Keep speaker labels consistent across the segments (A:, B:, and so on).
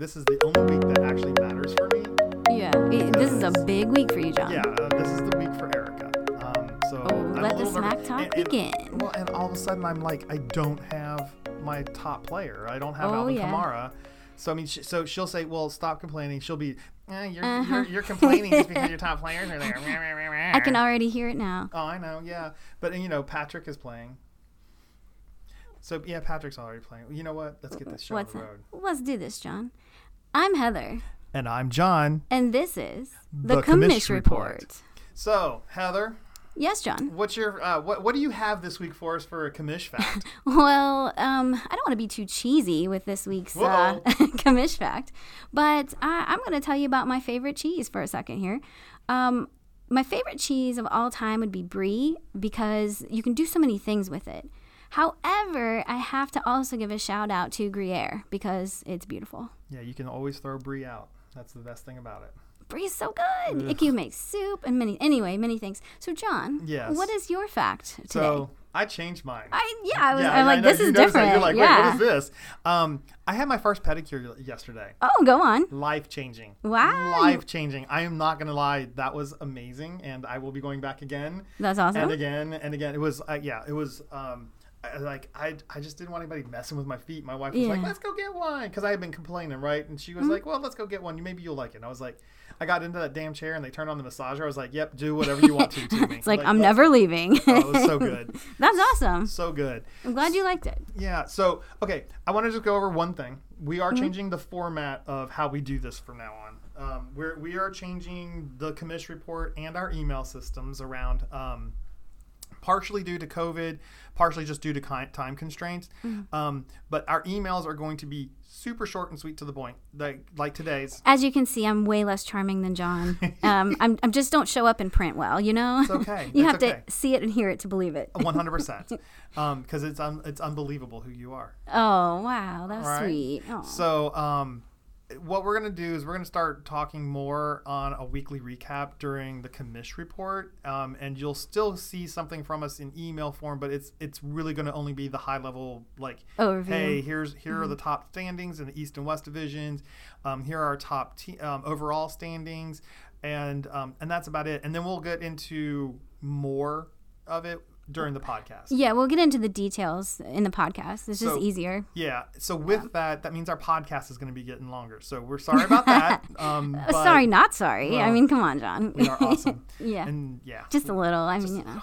A: this is the only week that actually matters for me.
B: Yeah. It- this is a big week for you, John.
A: Yeah, uh, this is the week for Erica. Um, so
B: Oh,
A: I'm
B: let
A: a
B: the
A: little nervous.
B: smack talk
A: And- and-
B: begin.
A: Well, and all of a sudden I'm like, I don't have my top player. I don't have
B: Oh,
A: Alvin
B: yeah.
A: Kamara. So I mean, she, so she'll say, "Well, stop complaining." She'll be, eh, you're,
B: Uh-huh.
A: you're you're complaining just because your top players are there.
B: I can already hear it now.
A: Oh, I know, yeah. But and, you know, Patrick is playing. So yeah, Patrick's already playing. You know what? Let's get this show
B: What's
A: on
B: up?
A: the road.
B: Let's do this, John. I'm Heather,
A: And I'm John.
B: and this is the,
A: The
B: Commish,
A: Commish
B: Report.
A: Report. So Heather,
B: Yes, John.
A: what's your uh, what what do you have this week for us for a commish fact?
B: Well, um, I don't want to be too cheesy with this week's uh, commish fact, but I, I'm going to tell you about my favorite cheese for a second here. Um, my favorite cheese of all time would be brie because you can do so many things with it. However, I have to also give a shout out to Gruyere because it's beautiful.
A: yeah, you can always throw Brie out. That's the best thing about it.
B: Brie is so good. It can make soup and many anyway, many things. So, John,
A: Yes.
B: what is your fact today?
A: So I changed mine.
B: I yeah, I was
A: yeah,
B: I'm
A: I
B: like
A: know,
B: this
A: you
B: is
A: noticed that.
B: different.
A: You're like,
B: yeah.
A: wait, what is this? Um, I had my first pedicure yesterday.
B: Oh, go on.
A: Life changing.
B: Wow.
A: Life changing. I am not gonna lie. That was amazing, and I will be going back again.
B: That's awesome.
A: and again and again. It was uh, yeah, it was um I, like I I just didn't want anybody messing with my feet. My wife was like,
B: Yeah. Mm-hmm.
A: "Let's go get one," because I had been complaining, right? And she was like, "Well, let's go get one. You Maybe you'll like it." And I was like, I got into that damn chair and they turned on the massager. I was like, "Yep, do whatever you want to to me."
B: It's like, I'm never leaving.
A: That was so good,
B: That's awesome.
A: so good.
B: I'm glad you liked it.
A: Yeah. So okay, I want to just go over one thing. We are changing the format of how we do this from now on. Um, we're we are changing the commish report and our email systems around. Um, partially due to COVID, partially just due to ki- time constraints. Um, but our emails are going to be super short and sweet to the point, like like today's.
B: As you can see, I'm way less charming than John. Um, I'm, I'm just don't show up in print well, you know? It's
A: okay.
B: you
A: It's
B: have
A: okay. Oh.
B: to see it and hear it to believe it.
A: One hundred percent, because it's un- it's unbelievable who you are.
B: Oh, wow. That was
A: All right.
B: sweet. Oh.
A: So, um, what we're gonna do is we're gonna start talking more on a weekly recap during the commish report, um, and you'll still see something from us in email form, but it's it's really gonna only be the high level like,
B: Overview.
A: hey, here's here are the top standings in the East and West divisions, um, here are our top te- um, overall standings, and um, and that's about it, and then we'll get into more of it during the podcast.
B: yeah, we'll get into the details in the podcast. It's just
A: So-
B: easier.
A: Yeah. So with that, that means our podcast is going to be getting longer. So we're sorry about that. Um,
B: Oh,
A: but
B: sorry, not sorry. I
A: well,
B: mean, come on, John.
A: We are awesome.
B: yeah.
A: And yeah,
B: just a little. I mean, you know.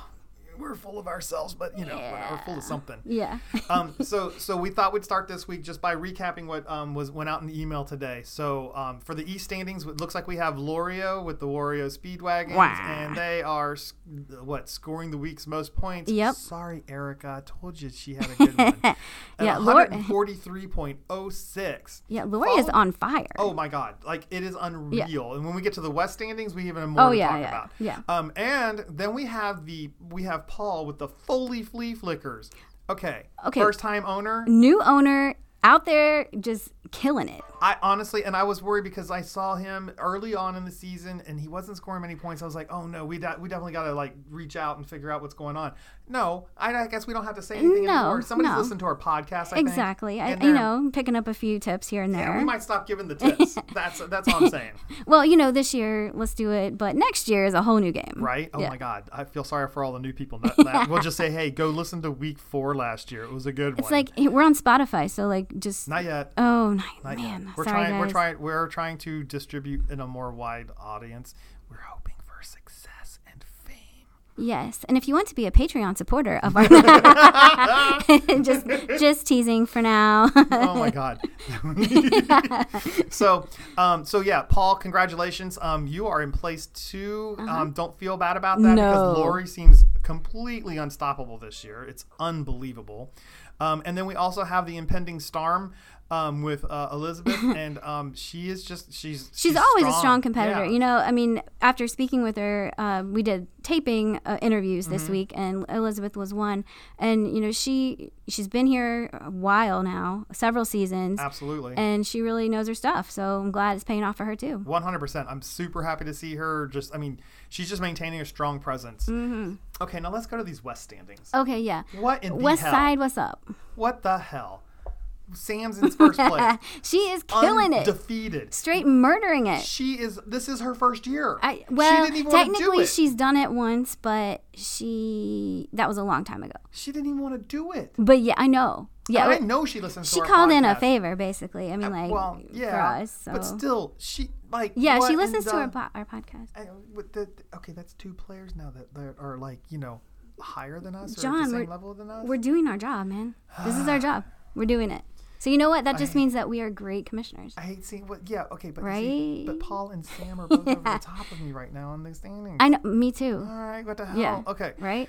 A: we're full of ourselves, but you know, we're- we're full of something.
B: Yeah.
A: Um, so so we thought we'd start this week just by recapping what um, was went out in the email today. So um, for the East standings, it looks like we have Lorio with the Wario Speedwagons,
B: Wah.
A: and they are s- what scoring the week's most points.
B: Yep.
A: Sorry, Erica, I told you she had a good one. At
B: Yeah, Lor-
A: 143.06.
B: Yeah, Lori is
A: Follow-
B: on fire.
A: Oh my god, like it is unreal. And when we get to the West standings, we even have more
B: Oh,
A: to
B: yeah,
A: talk
B: yeah,
A: about.
B: yeah.
A: Um, and then we have the we have Paul with the Foley Flea Flickers. Okay.
B: Okay.
A: First time owner.
B: New owner out there just killing it.
A: I honestly, and I was worried because I saw him early on in the season, and he wasn't scoring many points. I was like, "Oh no, we de- we definitely got to like reach out and figure out what's going on." No, I, I guess we don't have to say anything
B: No,
A: anymore. Somebody's
B: no.
A: listened to our podcast. I
B: Exactly. I,
A: Think, and
B: you
A: they're-
B: know, picking up a few tips here and there.
A: we might stop giving the tips. that's that's all I'm saying.
B: Well, you know, this year let's do it, but next year is a whole new game.
A: Right? Oh
B: Yeah.
A: my God. I feel sorry for all the new people. That, that- We'll just say, hey, go listen to week four last year. It was a good one.
B: It's like hey, we're on Spotify, so like just
A: not yet.
B: oh night,
A: Not yet.
B: man.
A: We're
B: sorry,
A: trying.
B: guys.
A: We're trying. We're trying to distribute in a more wide audience. We're hoping for success and fame.
B: Yes, and if you want to be a Patreon supporter of our, just just teasing for now.
A: Oh my God. so, um, so yeah, Paul, congratulations. Um, you are in place 2 Um, don't feel bad about that because
B: Uh-huh. No.
A: Lori seems completely unstoppable this year. It's unbelievable. Um, and then we also have the impending storm um, with uh, Elizabeth, and um, she is just she's
B: She's, always a strong
A: Yeah.
B: competitor. You know, I mean, after speaking with her, uh, we did taping uh, interviews
A: Mm-hmm.
B: this week, and Elizabeth was one. And you know, she she's been here a while now, several seasons,
A: absolutely.
B: and she really knows her stuff. So I'm glad it's paying off for her too.
A: One hundred percent. I'm super happy to see her. Just, I mean, she's just maintaining a strong presence.
B: Mm-hmm.
A: Okay, now let's go to these West standings.
B: Okay, yeah.
A: What in the
B: Oh, West
A: hell?
B: Side, what's up?
A: What the hell? Sam's in first place.
B: she is killing it,
A: Defeated.
B: straight murdering it.
A: She is. This is her first year.
B: I, well,
A: she didn't even want to do
B: technically,
A: it.
B: she's done it once, but she that was a long time ago.
A: She didn't even want to do it.
B: But yeah, I know. Yeah,
A: I know she listens. to
B: she
A: our
B: called in a
A: podcast. Uh,
B: favor, basically. I mean, like
A: Well, yeah,
B: for us. So
A: but still, she like.
B: yeah,
A: what
B: she
A: in
B: listens to
A: the-
B: our, po- our podcast.
A: I- with the, okay, that's two players now that, that are like you know higher than us or at
B: John,
A: the same
B: we're-
A: level than us.
B: We're doing our job, man. This is our job. We're doing it. So you know what? That just means that we are great commissioners.
A: I hate seeing what. Yeah, okay, but see, but
B: Right?
A: Paul and Sam are both over the top of me right now on the standings.
B: I know. Me too.
A: All right, what the hell?
B: Yeah.
A: Okay,
B: Right?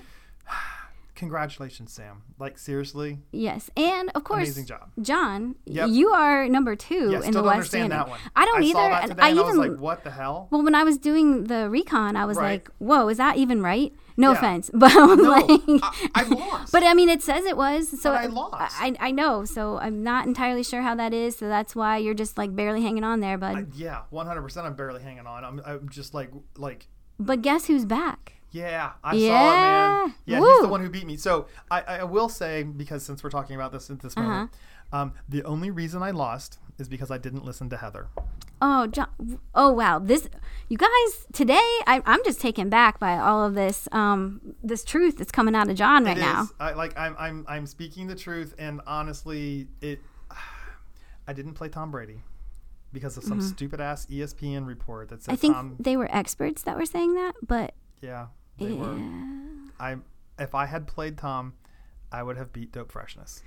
A: congratulations, Sam. Like seriously,
B: Yes. And of course,
A: amazing job.
B: John,
A: Yep.
B: you are number two
A: Yeah, still
B: in the
A: don't
B: West
A: understand
B: standing.
A: that one.
B: I don't either.
A: Saw that
B: and
A: today
B: I
A: and
B: even
A: I was like, what the hell?
B: Well, when I was doing the recon, I was
A: Right.
B: like, "Whoa, is that even right?" No
A: Yeah.
B: offense, but I'm
A: No,
B: like,
A: I, I lost.
B: but I mean, it says it was. So
A: But I
B: it-
A: lost.
B: I, I know. So I'm not entirely sure how that is. So that's why you're just like barely hanging on there, bud.
A: yeah, one hundred percent. I'm barely hanging on. I'm, I'm just like like
B: but guess who's back?
A: Yeah, I saw it, man. Yeah,
B: Yeah.
A: he's the
B: Woo.
A: one who beat me. So I, I will say, because since we're talking about this at
B: Uh-huh.
A: this moment, um, the only reason I lost is because I didn't listen to Heather.
B: Oh, John. Oh, wow. This, you guys, today I, I'm just taken back by all of this, um, this truth that's coming out of John right
A: It
B: now.
A: is- I, like I'm, I'm, I'm speaking the truth, and honestly, it. I didn't play Tom Brady because of some E stupid ass ESPN report that said
B: Mm-hmm. I think
A: Tom.
B: they were experts that were saying that, but
A: Yeah, they were. I if I had played Tom, I would have beat Dope Freshness.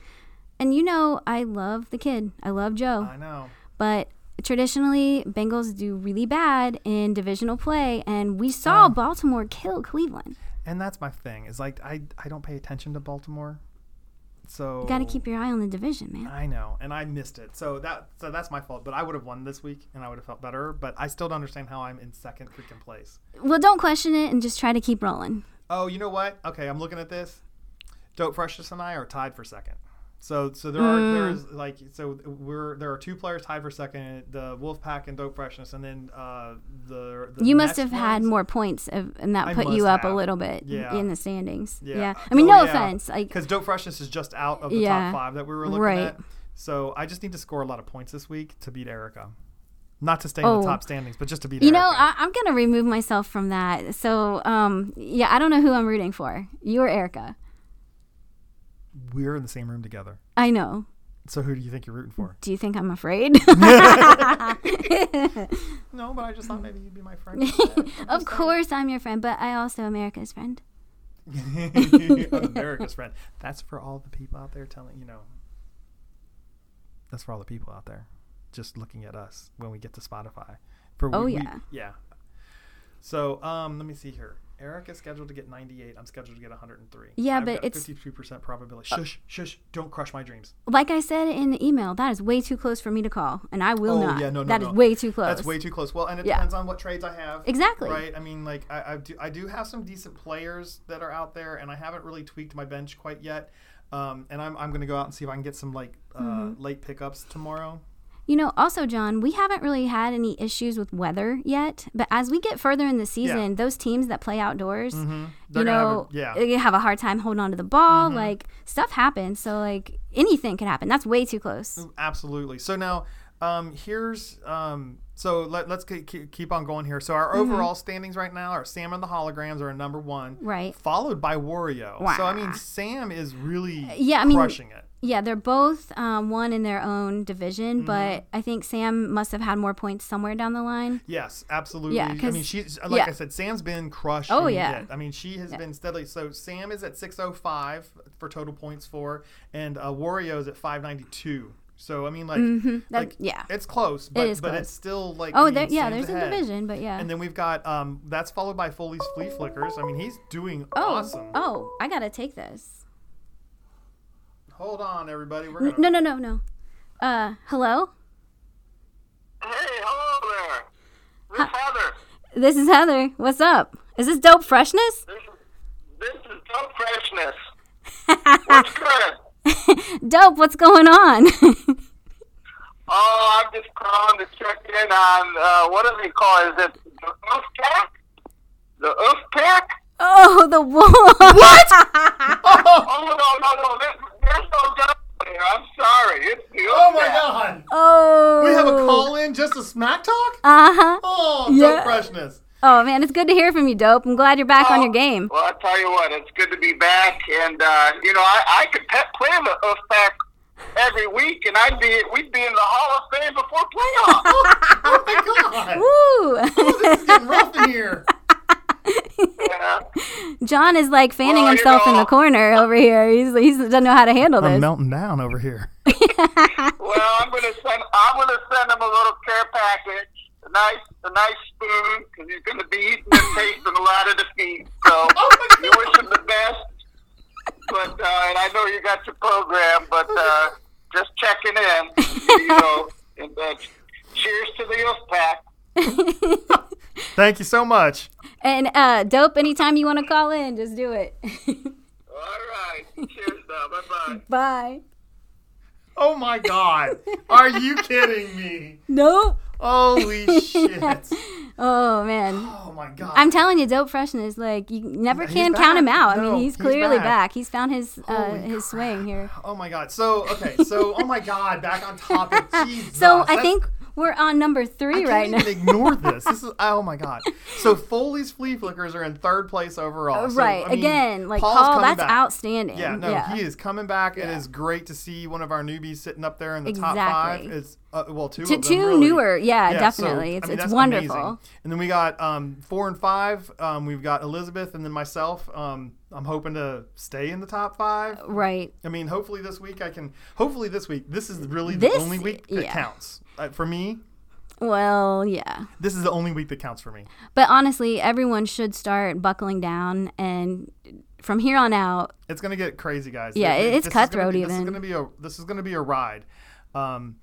B: and you know, I love the kid. I love Joe.
A: I know.
B: but traditionally Bengals do really bad in divisional play and we saw
A: Um,
B: Baltimore kill Cleveland.
A: and that's my thing is like I, I don't pay attention to baltimore so
B: You got to keep your eye on the division, man.
A: i know and i missed it so that so that's my fault but i would have won this week and i would have felt better but i still don't understand how i'm in second freaking place
B: Well, don't question it and just try to keep rolling.
A: oh you know what okay i'm looking at this dope precious and i are tied for second so so there are there
B: Hmm.
A: is like so we're there are two players tied for second the wolfpack and dope freshness and then uh the, the
B: You must
A: next
B: have had
A: ones-
B: more points of, and that
A: I
B: put you
A: must
B: up
A: have.
B: a little bit
A: Yeah.
B: in the standings.
A: Yeah.
B: Yeah. I mean,
A: Oh,
B: no
A: yeah.
B: offense. Like
A: because Dope Freshness is just out of the
B: Yeah.
A: top five that we were looking
B: Right.
A: at. So I just need to score a lot of points this week to beat Erica. Not to stay in
B: Oh.
A: the top standings, but just to beat
B: you
A: Erica.
B: know, I, I'm gonna remove myself from that. So, um, yeah, I don't know who I'm rooting for. You or Erica?
A: we're in the same room together.
B: I know.
A: So who do you think you're rooting for?
B: Do you think I'm afraid?
A: No, but I just thought maybe you'd be my friend.
B: of course, I'm your friend, but I also am Erica's friend.
A: I'm Erica's friend. That's for all the people out there telling you know. That's for all the people out there, just looking at us when we get to Spotify. For we-
B: Oh,
A: we-
B: yeah.
A: yeah. So um, let me see here. Eric is scheduled to get 98. I'm scheduled to get 103.
B: Yeah,
A: I've
B: but
A: got
B: it's- Uh,
A: 52% probability. Shush, shush! Don't crush my dreams.
B: like I said in the email, that is way too close for me to call, and I will
A: Oh,
B: not.
A: yeah, no, no,
B: That is
A: no.
B: way too close.
A: That's way too close. Well, and it
B: Yeah.
A: depends on what trades I have.
B: Exactly.
A: Right. I mean, like I, I do. I do have some decent players that are out there, and I haven't really tweaked my bench quite yet. Um, and I'm, I'm going to go out and see if I can get some like uh,
B: Mm-hmm.
A: late pickups tomorrow.
B: You know, also, John, we haven't really had any issues with weather yet, but as we get further in the season, those teams that play outdoors,
A: Mm-hmm. They're
B: you
A: gonna have a-
B: know,
A: yeah. Mm-hmm.
B: they have a hard time holding on to the ball. Like stuff happens, so like anything could happen. That's way too
A: Mm.
B: close.
A: Absolutely. So now, um, here's um, so let, let's ke- ke- keep on going here. So our
B: Mm-hmm.
A: overall standings right now are Sam and the Holograms are number one,
B: Right.
A: Followed by Wario. So I mean,
B: Wah.
A: Sam is really
B: yeah, I mean-
A: crushing it.
B: Yeah, they're both um, one in their own division,
A: Mm-hmm.
B: but I think Sam must have had more points somewhere down the line.
A: Yes, absolutely.
B: Yeah,
A: I
B: 'cause-
A: mean, she's like
B: yeah.
A: I said, Sam's been crushing
B: Oh, yeah.
A: it. I mean, she has been steadily. So Sam is at 605 for total points for, and uh, Wario is at 592. So I mean, like,
B: That-
A: like
B: yeah.
A: it's close, but
B: Mm-hmm. is
A: but
B: close.
A: it's still like I
B: Oh,
A: mean,
B: there, yeah,
A: Sam's
B: there's a
A: ahead.
B: division, but yeah.
A: And then we've got um that's followed by Foley's Flea Flickers. I mean, he's doing
B: oh,
A: awesome.
B: oh, I gotta take this.
A: Hold on, everybody. We're
B: N-
A: gonna
B: No, no, no, no. Uh, hello?
C: Hey, hello there. This is Heather.
B: This is Heather. What's up? Is this dope freshness?
C: This is this is Doug Freshness. What's good?
B: Dope, what's going on?
C: Oh, I'm just calling to check in on uh, what do they call? it? Is it the Oof Pack? The Oof Pack?
B: oh, the wolf. What?
A: oh
C: Oh no no no! There's, there's no doubt. I'm sorry. It's the
A: Oh my
C: Oofcat.
A: god!
B: Oh.
A: We have a call in just a smack talk?
B: Uh huh.
A: Oh,
B: Yeah.
A: dope freshness.
B: Oh man, it's good to hear from you, dope. I'm glad you're back on
A: Oh.
B: your game.
C: Well, I tell you what, it's good to be back, and uh, you know, I, I could pe- play the Oofcat every week, and I'd be we'd be in the Hall of Fame before playoffs.
A: Oh my god!
B: Woo!
A: This is getting rough in here.
C: yeah.
B: John is like fanning
C: Well, you
B: himself in
C: know-
B: the corner over here. He's he doesn't know how to handle this.
A: melting down over here.
C: Well, I'm gonna send I'm gonna send him a little care package, a nice a nice spoon, because he's gonna be eating the taste of a lot of defeat. So
A: Oh,
C: you wish him the best. But uh, and I know you got your program, but uh, just checking in, you know. And uh, cheers to the Youth Pack.
A: Thank you so much.
B: And uh, dope, anytime you want to call in, just do it.
C: All right, cheers now. Bye bye.
B: Bye.
A: Oh my god. Are you kidding me?
B: Nope.
A: Holy shit.
B: Oh man.
A: Oh my god.
B: I'm telling you, dope freshness. Like you never
A: He's
B: can count him
A: back.
B: out. I
A: No,
B: mean, he's
A: he's
B: clearly
A: back.
B: back. He's found his uh,
A: Holy
B: his swing here.
A: oh my god. So, okay. So, oh my god, back on topic. Jesus.
B: So I
A: That's-
B: think we're on number three
A: I
B: right
A: can't
B: now.
A: even ignore this. This is oh my god. So Foley's flea flickers are in third place overall. So,
B: right.
A: I mean,
B: Again, like
A: Paul's
B: Paul,
A: coming
B: that's Mm,
A: back.
B: outstanding.
A: Yeah, no, he is coming back. It is great to see one of our newbies sitting up there in the top five.
B: Exactly.
A: It's uh, well, two,
B: To
A: of them,
B: two
A: really.
B: newer, yeah,
A: Yeah, so,
B: definitely.
A: I
B: it's
A: mean,
B: it's
A: that's
B: wonderful.
A: amazing. And then we got um, four and five. Um, we've got Elizabeth and then myself. Um, I'm hoping to stay in the top five.
B: Right.
A: I mean, hopefully this week I can. Hopefully this week. This is really the
B: This-
A: only week that
B: yeah.
A: counts uh, for me.
B: Well, yeah.
A: This is the only week that counts for me.
B: But honestly, everyone should start buckling down and from here on out,
A: It's gonna get crazy, guys.
B: Yeah,
A: This-
B: it- it's
A: this is gonna
B: cutthroat
A: be- This
B: even.
A: is gonna be a this is gonna be a ride, um,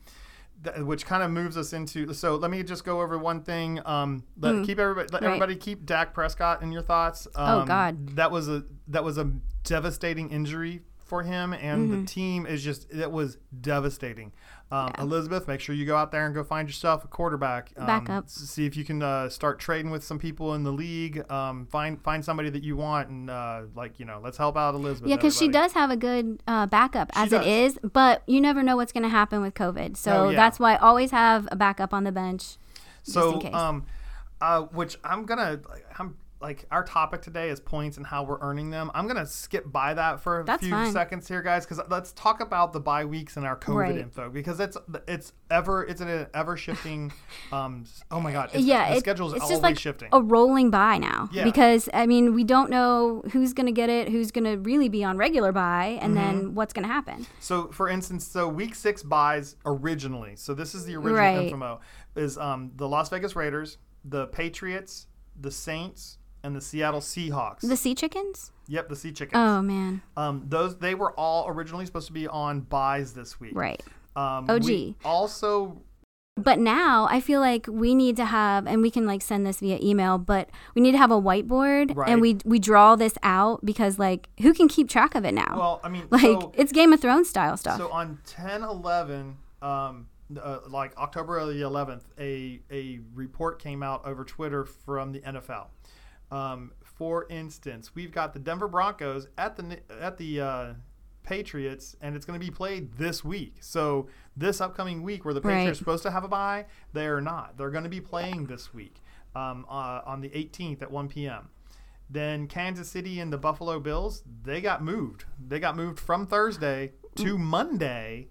A: th- which kind of moves us into. So let me just go over one thing. Um, let, Keep everybody. Let
B: Hmm. right. Oh,
A: everybody keep Dak Prescott in your thoughts. Um,
B: God.
A: that was a that was a devastating injury for him, and
B: Mm-hmm.
A: the team is just it was devastating. Um, Elizabeth, make sure you go out there and go find yourself a quarterback. Um,
B: Backup.
A: s- See if you can uh, start trading with some people in the league. Um, find find somebody that you want, and uh, like you know, let's help out Elizabeth.
B: yeah, because she
A: everybody.
B: does have a good uh, backup as it
A: does.
B: is, but you never know what's going to happen with COVID. So
A: Oh, yeah.
B: that's why I always have a backup on the bench.
A: So,
B: in case.
A: um, uh, which I'm gonna, I'm like our topic today is points and how we're earning them. I'm gonna skip by that for a
B: That's
A: few
B: fine.
A: seconds here, guys, because let's talk about the bye weeks and our COVID
B: Right.
A: info because it's it's ever it's an ever shifting. um, s- oh my god, it's,
B: yeah,
A: the
B: it-
A: schedule's
B: it's
A: always
B: just like oh
A: shifting.
B: a rolling by now
A: Yeah.
B: because I mean we don't know who's going to get it, who's going to really be on regular buy,
A: Mm-hmm.
B: and then what's going to happen.
A: So, for instance, so week six buys originally. So this is the original
B: Right.
A: info is um, the Las Vegas Raiders, the Patriots, the Saints, and the Seattle Seahawks.
B: The sea chickens?
A: yep, the Sea Chickens.
B: Oh man,
A: Um, those they were all originally supposed to be on buys this week.
B: right.
A: Um,
B: OG.
A: we also,
B: But now I feel like we need to have, and we can like send this via email, but we need to have a whiteboard
A: Right.
B: and we we draw this out because like who can keep track of it now?
A: well, I mean,
B: like
A: so,
B: it's Game of Thrones style stuff.
A: so on 10 11, um, uh, like October the 11th, a, a report came out over Twitter from the NFL. Um, for instance, we've got the Denver Broncos at the Ni- at the uh, Patriots, and it's going to be played this week. So this upcoming week, where the Patriots
B: Right.
A: are supposed to have a bye, they are not. They're going to be playing this week um, uh, on the 18th at 1 p.m. Then Kansas City and the Buffalo Bills, they got moved. They got moved from Thursday
B: Mm.
A: to Monday.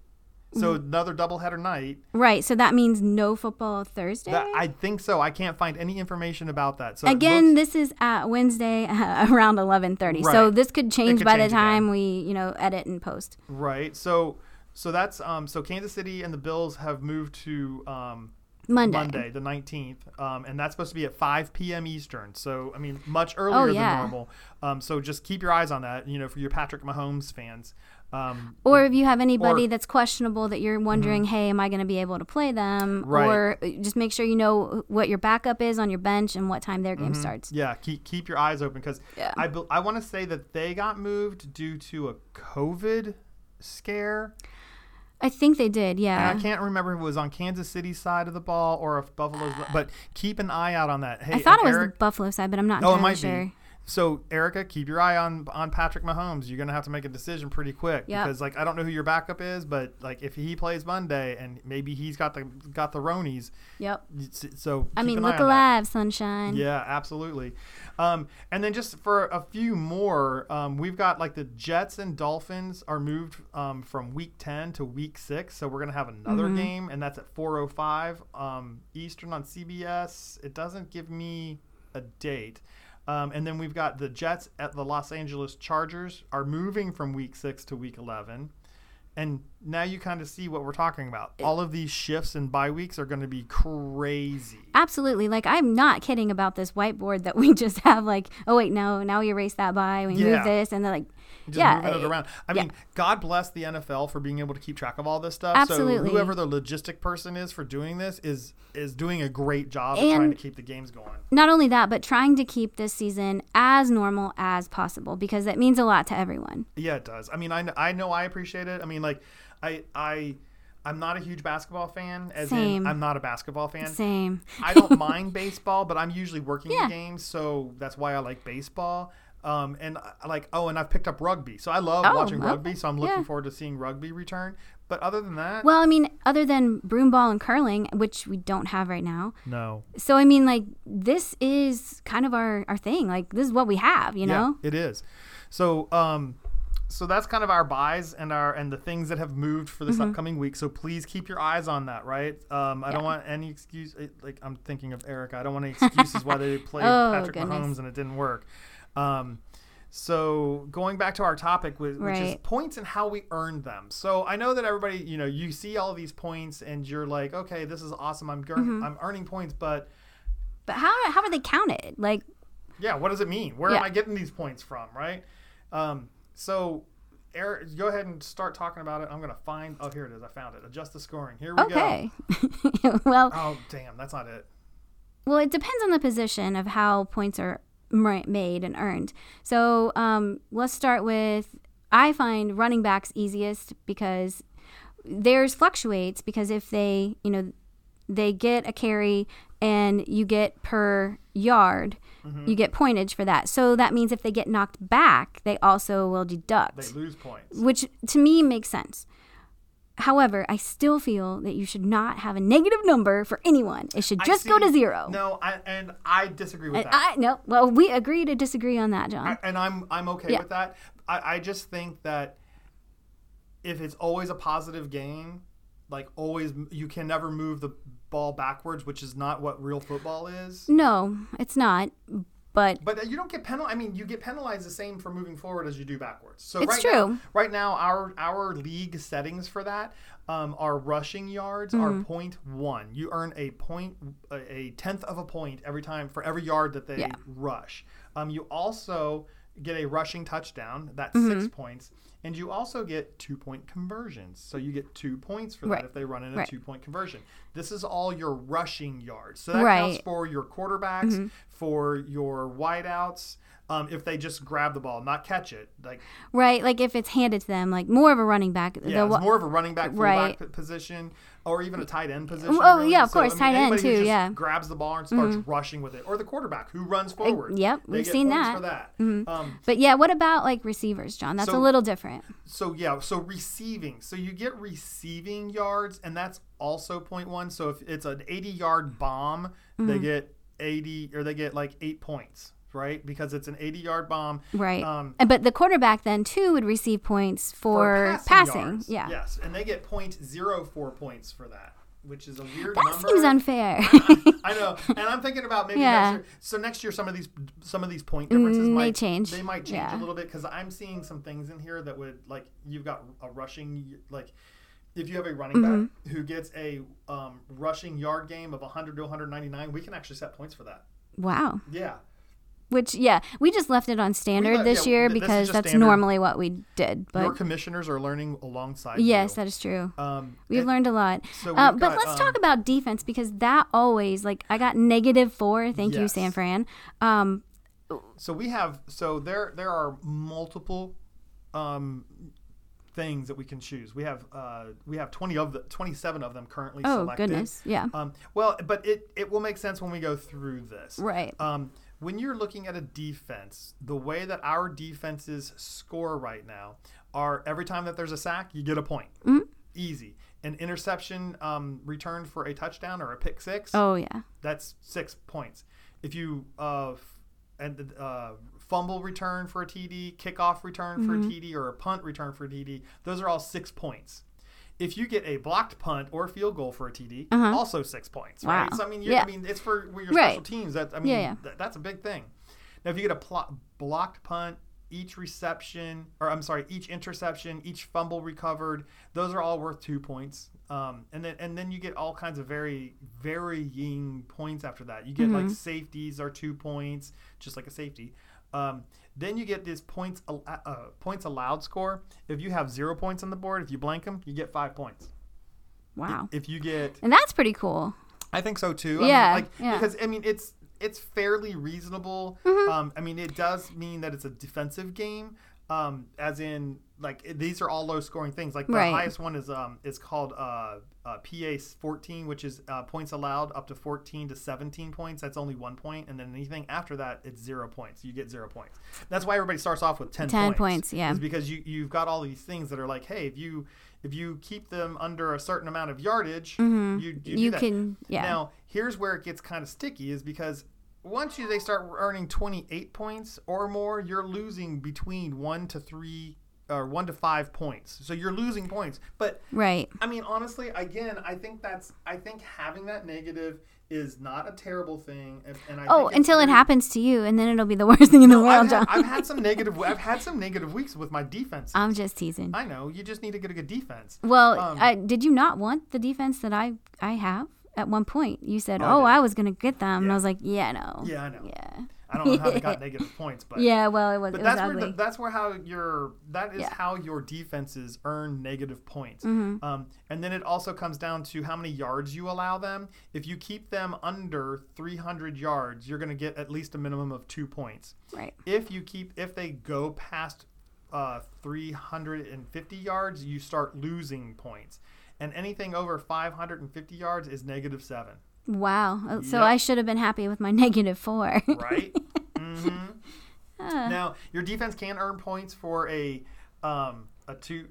A: So another doubleheader night.
B: right. So that means no football Thursday.
A: That, I think so. I can't find any information about that. So it
B: Again,
A: looks-
B: this is at Wedday uh, around eleven thirty, so
A: Right.
B: this could change
A: could
B: by
A: change
B: the
A: again.
B: time we you know edit and post.
A: right. So so that's um so Kansas City and the Bills have moved to um
B: Monday.
A: Monday, the 19th, um, and that's supposed to be at 5 p.m. Eastern. So, I mean, much earlier
B: Oh, yeah.
A: than normal. Um, so, just keep your eyes on that, you know, for your Patrick Mahomes fans. Um,
B: Or if you have anybody
A: Or- Mm-hmm.
B: that's questionable that you're wondering, hey, am I going to be able to play them?
A: Right.
B: Or uh, just make sure you know what your backup is on your bench and what time their game
A: Mm-hmm.
B: starts.
A: Yeah, keep keep your eyes open because
B: Yeah.
A: I bel I want to say that they got moved due to a COVID scare.
B: I think they did, yeah.
A: And I can't remember if it was on Kansas City's side of the ball or if Buffalo's, but keep an eye out on that. Hey,
B: I thought it
A: and
B: was
A: Eric,
B: the Buffalo side, but I'm not
A: Oh, it
B: entirely
A: might
B: sure.
A: be. So Erica, keep your eye on on Patrick Mahomes. You're gonna have to make a decision pretty quick
B: Yep.
A: because like I don't know who your backup is, but like if he plays Monday and maybe he's got the got the Ronies,
B: Yep.
A: it's- so
B: I
A: keep
B: mean,
A: an eye
B: look
A: on that.
B: alive, sunshine.
A: Yeah, absolutely. Um, and then just for a few more, um, we've got like the Jets and Dolphins are moved um, from week 10 to week 6. So we're going to have another game, and that's at 4.05 um, Eastern on CBS. It doesn't give me a date. Um, and then we've got the Jets at the Los Angeles Chargers are moving from week 6 to week 11. And now you kind of see what we're talking about. All of these shifts and bye weeks are going to be crazy.
B: Absolutely. Like I'm not kidding about this whiteboard that we just have. Like, oh wait, no, now we erase that by we
A: Yeah.
B: move this, and they're like,
A: just
B: yeah,
A: moving it
B: uh,
A: around. I mean, God bless the NFL for being able to keep track of all this stuff.
B: Absolutely.
A: So whoever the logistic person is for doing this is is doing a great job of trying
B: And-
A: to keep the games going.
B: not only that, but trying to keep this season as normal as possible because that means a lot to everyone.
A: Yeah, it does. I mean, I, kn- I know I appreciate it. I mean, like, I I I'm not a huge basketball fan. As
B: Same.
A: in, I'm not a basketball fan.
B: Same.
A: I don't mind baseball, but I'm usually working
B: Yeah.
A: in games, so that's why I like baseball. Um, and I, I like, oh, and I've picked up rugby, so I love
B: Oh,
A: watching
B: okay.
A: rugby. So I'm looking
B: Yeah.
A: forward to seeing rugby return. But other than that,
B: Well, I mean, other than broomball and curling, which we don't have right now.
A: no.
B: So I mean, like this is kind of our our thing. Like this is what we have, you know.
A: Yeah, it is. So, um, so that's kind of our buys and our and the things that have moved for this
B: Mm-hmm.
A: upcoming week. So please keep your eyes on that, right? Um, I don't want any excuse. it- Like I'm thinking of Erica. I don't want any excuses why they played
B: Oh,
A: Patrick
B: goodness.
A: Mahomes and it didn't work. Um, so going back to our topic, which, which is
B: Right.
A: points and how we earned them. So I know that everybody, you know, you see all these points and you're like, okay, this is awesome. I'm gurn-
B: Mm-hmm.
A: I'm earning points, but
B: But how how are they counted? Like
A: yeah, what does it mean? Where am
B: Yeah.
A: I getting these points from, right? Um, so, Eric, go ahead and start talking about it. I'm going to find. Oh, here it is. I found it. Adjust the scoring. Here we go.
B: okay. well,
A: Oh, damn. That's not it.
B: Well, it depends on the position of how points are m- made and earned. So um, let's start with I find running backs easiest because theirs fluctuates because if they, you know, they get a carry and you get per yard,
A: Mm-hmm.
B: you get pointage for that. So that means if they get knocked back, they also will deduct
A: They lose points.
B: which to me makes sense. However, I still feel that you should not have a negative number for anyone. It should
A: I
B: just go
A: see-
B: to zero.
A: No, I, and I disagree with
B: And
A: that.
B: I no. Well, we agree to disagree on that, John.
A: I- and I'm I'm okay
B: Yeah.
A: with that. I, I just think that if it's always a positive game, like always, you can never move the ball backwards, which is not what real football is.
B: no, it's not. But
A: But uh, you don't get penal. I mean, you get penalized the same for moving forward as you do backwards. So right
B: It's
A: Now,
B: true.
A: right now, our our league settings for that um, are rushing yards
B: Mm-hmm.
A: are point one. You earn a point, a, a tenth of a point every time for every yard that they
B: Yeah.
A: rush. Um, you also get a rushing touchdown. That's
B: Mm-hmm.
A: six points. And you also get two point conversions. So you get two points for that
B: Right.
A: if they run in a
B: Right.
A: two point conversion. This is all your rushing yards. So that counts
B: Right. Mm-hmm.
A: for your quarterbacks, for your wideouts, um, if they just grab the ball, not catch it. Like
B: right, like if it's handed to them, like more of a running back.
A: yeah,
B: the,
A: it's
B: wa-
A: more of a running back,
B: Right.
A: fullback p position, or even a tight end position.
B: oh,
A: really.
B: yeah, of
A: So,
B: course, tight end
A: anybody who
B: too,
A: just
B: yeah. Mm-hmm.
A: grabs the ball and starts rushing with it, or the quarterback who runs forward.
B: yep,
A: They
B: we've
A: get
B: seen
A: points
B: that. Mm-hmm.
A: For that. Um,
B: but yeah, what about like receivers, John? That's
A: So-
B: a little different.
A: so yeah, so receiving. So you get receiving yards, and that's also point one. So if it's an eighty-yard bomb,
B: Mm-hmm.
A: they get eighty, or they get like eight points, right? Because it's an eighty-yard bomb.
B: Right.
A: Um,
B: Uh, but the quarterback then too would receive points for,
A: yards.
B: Yeah.
A: Yes, and they get point zero four points for that, which is a weird
B: That
A: number.
B: seems unfair.
A: I know, and I'm thinking about maybe
B: Yeah.
A: next year. So next year, some of these some of these point differences
B: may
A: might
B: change.
A: They might change
B: Yeah.
A: a little bit because I'm seeing some things in here that would like you've got a rushing like if you have a running
B: Mm-hmm.
A: back who gets a um, rushing yard game of 100 to 199, we can actually set points for that.
B: wow.
A: Yeah.
B: Which yeah, we just left it on standard
A: left-
B: this
A: yeah,
B: year
A: th- this is
B: because
A: just
B: that's
A: standard.
B: normally what we did.
A: Your
B: But
A: commissioners are learning alongside
B: yes,
A: you.
B: that is true.
A: Um,
B: We've
A: and-
B: learned a lot.
A: so
B: Uh,
A: we've
B: but
A: got,
B: let's
A: um,
B: talk about defense because that always, like, I got negative four. Thank you,
A: Yes.
B: San Fran. Um,
A: so we have so there there are multiple um things that we can choose we have uh we have 20 of the 27 of them currently
B: oh,
A: selected
B: goodness. Yeah.
A: um well but it it will make sense when we go through this
B: right.
A: um when you're looking at a defense, the way that our defenses score right now are every time that there's a sack, you get a point.
B: Mm-hmm.
A: Easy. An interception um, returned for a touchdown or a pick six,
B: Oh yeah.
A: that's six points. If you uh, f- and uh, fumble return for a TD, kickoff return for
B: Mm-hmm.
A: a TD, or a punt return for a TD, those are all six points. If you get a blocked punt or field goal for a TD, also six points, right?
B: Uh-huh. Wow.
A: So I mean, you
B: Yeah.
A: I mean, it's for your
B: Right.
A: special teams. That I mean,
B: Yeah, yeah.
A: th- that's a big thing. Now, if you get a pl- blocked punt, each reception, or I'm sorry, each interception, each fumble recovered, those are all worth two points. Um, and then and then you get all kinds of very varying points after that. You get
B: Mm-hmm.
A: like safeties are two points, just like a safety. Um, then you get this points al- uh, points allowed score. If you have zero points on the board, if you blank them, you get five points.
B: Wow.
A: If you get
B: And that's pretty cool.
A: I think so too. I mean,
B: Yeah,
A: like,
B: yeah. Mm-hmm.
A: Because I mean, it's it's fairly reasonable. Um, I mean, it does mean that it's a defensive game, um, as in like it- these are all low scoring things. Like the
B: Right.
A: highest one is um is called uh, uh PA fourteen, which is uh, points allowed up to fourteen to seventeen points. That's only one point, and then anything after that, it's zero points. You get zero points. That's why everybody starts off with ten.
B: 10 points, yeah.
A: Is because you you've got all these things that are like, hey, if you if you keep them under a certain amount of yardage, you you, do
B: Mm-hmm. You
A: that.
B: can- yeah.
A: Now here's where it gets kind of sticky is because once you they start earning 28 points or more, you're losing between one to three or one to five points. So you're losing points, but
B: Right.
A: I mean, honestly, again, I think that's I think having that negative is not a terrible thing. And, and I think
B: Oh,
A: it's
B: until it
A: very-
B: happens to you, and then it'll be the worst thing in the world,
A: I've
B: John.
A: had, I've had some negative. I've had some negative weeks with my defense.
B: I'm just teasing.
A: I know you just need to get a good defense.
B: Well,
A: Um,
B: uh, did you not want the defense that I I have? At one point, you said,
A: I
B: "Oh,
A: did.
B: I, was gonna get them," and I was like, "Yeah, no,
A: Yeah, I know.
B: yeah,
A: I don't know how they got negative points, but
B: yeah." Well, it was,
A: But
B: it was
A: that's
B: ugly.
A: where the, that's where how your that is
B: Yeah.
A: how your defenses earn negative points. Um, and then it also comes down to how many yards you allow them. If you keep them under 300 yards, you're going to get at least a minimum of two points.
B: right.
A: If you keep if they go past uh, 350 yards, you start losing points. And anything over 550 yards is negative seven,
B: Wow. Oh, So
A: Yep.
B: I should have been happy with my negative four.
A: right? hmm Now your defense can earn points for a um, a two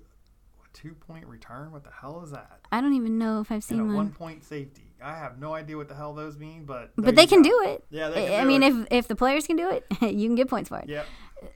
A: a two point return. What the hell is that?
B: I don't even know if I've
A: And a
B: seen
A: one
B: one.
A: point safety. I have no idea what the hell those mean, but there
B: But they
A: you
B: can
A: go.
B: do it.
A: Yeah, they
B: I-
A: can
B: I
A: do
B: mean,
A: it.
B: if if the players can do it, you can get points for it.
A: Yep.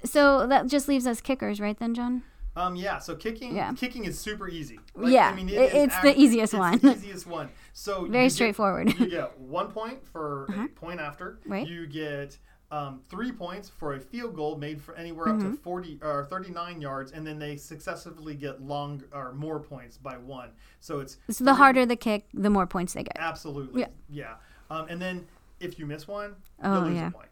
B: So that just leaves us kickers, right then, John?
A: Um, yeah. So kicking,
B: Yeah.
A: kicking is super easy.
B: Yeah, it-
A: is
B: it's the easiest
A: it's
B: one.
A: The easiest one. So
B: Very
A: you
B: straightforward. Uh-huh.
A: Get, you get one point for a point after.
B: Right.
A: You get um, three points for a field goal made for anywhere
B: Mm-hmm.
A: up to forty or thirty-nine yards, and then they successively get long or more points by one. So it's
B: So the harder the kick, the more points they get.
A: absolutely
B: Yeah.
A: yeah. Um, and then if you miss one, you
B: Oh,
A: lose
B: yeah.
A: a point.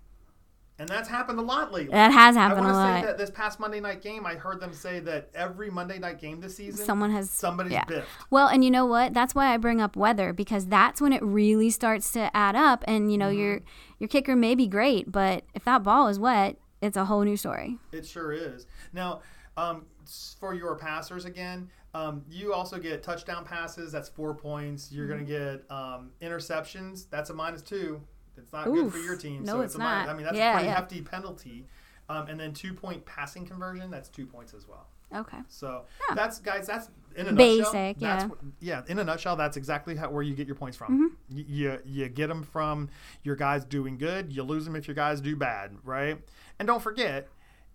A: And that's happened a lot lately.
B: That has
A: I
B: happened
A: want
B: a
A: to say
B: lot.
A: that this past Monday night game, I heard them say that every Monday night game this season,
B: Someone has
A: somebody's
B: yeah.
A: biffed.
B: Well, and you know what? That's why I bring up weather because that's when it really starts to add up. And you know,
A: Mm-hmm.
B: your your kicker may be great, but if that ball is wet, it's a whole new story.
A: It sure is. Now, um, s- for your passers again, um, you also get touchdown passes. That's four points. You're going
B: Mm-hmm.
A: to get um, interceptions. That's a minus two. It's not good for
B: Oof.
A: your team.
B: No,
A: so
B: it's
A: a minus-
B: not.
A: I mean, that's
B: Yeah,
A: a pretty
B: yeah.
A: hefty penalty. Um, and then two point passing conversion. That's two points as well.
B: Okay.
A: So that's guys. That's in a nutshell.
B: Basic,
A: That's
B: yeah.
A: wh- yeah. In a nutshell, that's exactly how, where you get your points from.
B: Mm-hmm.
A: Y- you you get them from your guys doing good. You lose them if your guys do bad, right? And don't forget.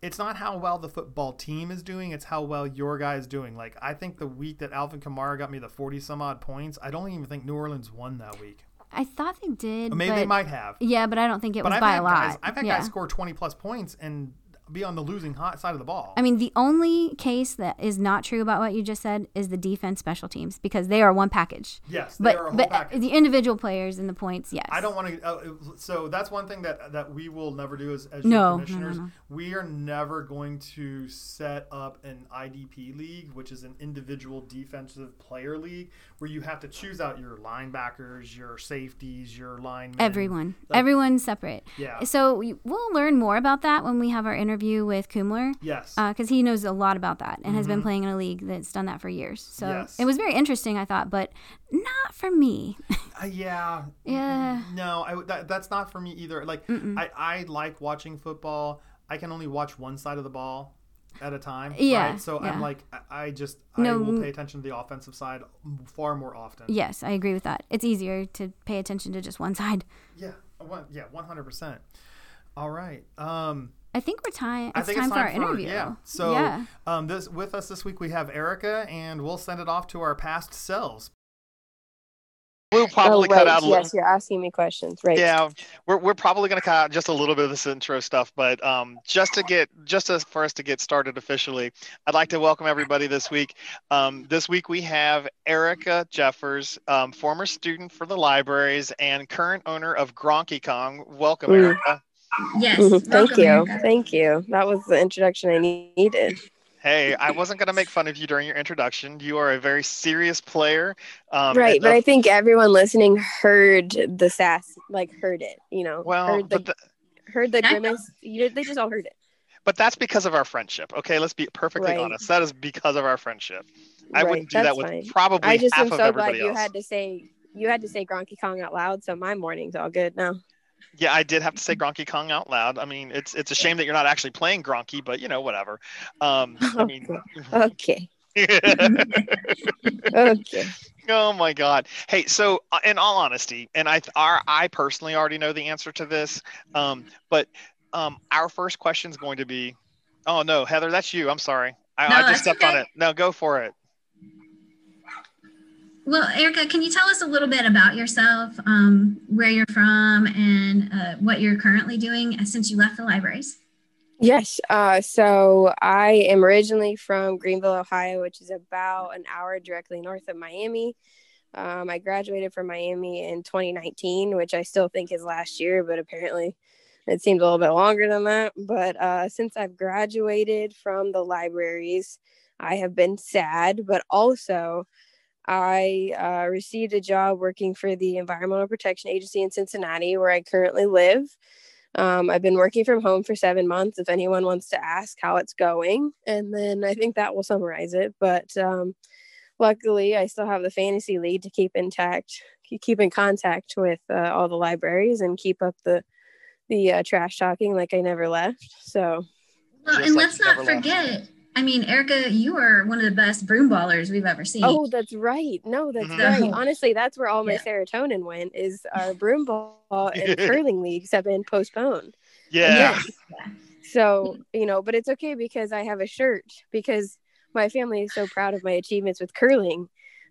A: It's not how well the football team is doing; it's how well your guys doing. Like I think the week that Alvin Kamara got me the forty some odd points, I don't even think New Orleans won that week.
B: I thought they did.
A: Maybe
B: but,
A: they might have,
B: Yeah, but I don't think it
A: but
B: was
A: I've
B: by
A: had
B: a lot.
A: guys. I've had
B: yeah.
A: guys score twenty plus points and be on the losing hot side of the ball.
B: I mean, the only case that is not true about what you just said is the defense special teams because they are one package.
A: yes, they
B: but
A: are a whole
B: but
A: package.
B: the individual players and the points, yes.
A: I don't want to. Uh, so that's one thing that that we will never do as, as
B: No, no,
A: your
B: no,
A: commissioners.
B: no.
A: We are never going to set up an IDP league, which is an individual defensive player league, where you have to choose out your linebackers, your safeties, your linemen.
B: Everyone, everyone's separate.
A: Yeah.
B: So we, we'll learn more about that when we have our interview with Kumler
A: Yes. Mm-hmm.
B: because he knows a lot about that and has been playing in a league that's done that for years. So
A: Yes.
B: it was very interesting, I thought, but not for me.
A: Uh, yeah.
B: yeah.
A: No, I w that, that's not for me either. Like I, I like watching football. I can only watch one side of the ball at a time.
B: Yeah,
A: Right? So
B: yeah.
A: I'm like I- I just I
B: No,
A: will
B: m-
A: pay attention to the offensive side far more often.
B: Yes, I agree with that. It's easier to pay attention to just one side.
A: Yeah. One, yeah. One hundred percent. All right. Um.
B: I think we're time. It's,
A: I think
B: time,
A: it's
B: for our interview.
A: Yeah. So
B: yeah.
A: um, this with us this week we have Erica, and we'll send it off to our past selves.
D: We'll probably
E: oh, right.
D: cut out. a li-
E: Yes, you're asking me questions, right?
D: Yeah, we're we're probably going to cut out just a little bit of this intro stuff, but um, just to get just to, for us to get started officially, I'd like to welcome everybody this week. Um, this week we have Erica Jeffers, um, former student for the libraries and current owner of Gronky Kong. Welcome,
E: Mm.
D: Erica.
F: Yes.
E: Mhm. Thank
F: welcome,
E: you.
F: Erica.
E: Thank you. That was the introduction I needed.
D: Hey, I wasn't going to make fun of you during your introduction. You are a very serious player. Um,
E: right,
D: and
E: but
D: the-
E: I think everyone listening heard the sass, like heard it, you know.
D: well,
E: heard the,
D: but the,
E: heard the
F: I know.
E: grimace. You, they just all heard it.
D: but that's because of our friendship. Okay, let's be perfectly
E: Right.
D: honest. That is because of our friendship. I
E: Right,
D: wouldn't do that
E: that's
D: with
E: fine.
D: probably
E: I just
D: half
E: am
D: of
E: so glad
D: everybody
E: you
D: else.
E: had to say you had to say Gronky Kong out loud, so my morning's all good now.
D: Yeah, I did have to say
E: Mm-hmm.
D: Gronky Kong out loud. I mean, it's it's a shame that you're not actually playing Gronky, but you know, whatever. Um,
E: Oh,
D: I mean,
E: Okay. Okay.
D: oh my God. Hey, so uh, in all honesty, and I our, I personally already know the answer to this, um, but um, our first question is going to be, oh no, Heather, that's you. I'm sorry, I,
F: No,
D: I just
F: that's
D: stepped on
F: okay.
D: it. No, go for it.
F: Well, Erica, can you tell us a little bit about yourself, um, where you're from, and uh, what you're currently doing uh, since you left the libraries?
E: Yes. Uh, so I am originally from Greenville, Ohio, which is about an hour directly north of Miami. Um, I graduated from Miami in 2019, which I still think is last year, but apparently it seems a little bit longer than that. But uh, since I've graduated from the libraries, I have been sad, but also I uh, received a job working for the Environmental Protection Agency in Cincinnati, where I currently live. Um, I've been working from home for seven months. If anyone wants to ask how it's going, and then I think that will summarize it. But um, luckily, I still have the fantasy league to keep intact, keep in contact with uh, all the libraries, and keep up the the uh, trash talking like I never left. So
F: Well,
D: Just
F: and
D: like
F: let's
D: you
F: not
D: never left.
F: forget. I mean, Erica, you are one of the best broom ballers we've ever seen.
E: oh, that's right. No, that's
D: Mhm.
E: right. Honestly, that's where all my
F: Yeah.
E: serotonin went is our broom ball and curling leagues have been postponed.
D: Yeah.
E: So, you know, but it's okay because I have a shirt because my family is so proud of my achievements with curling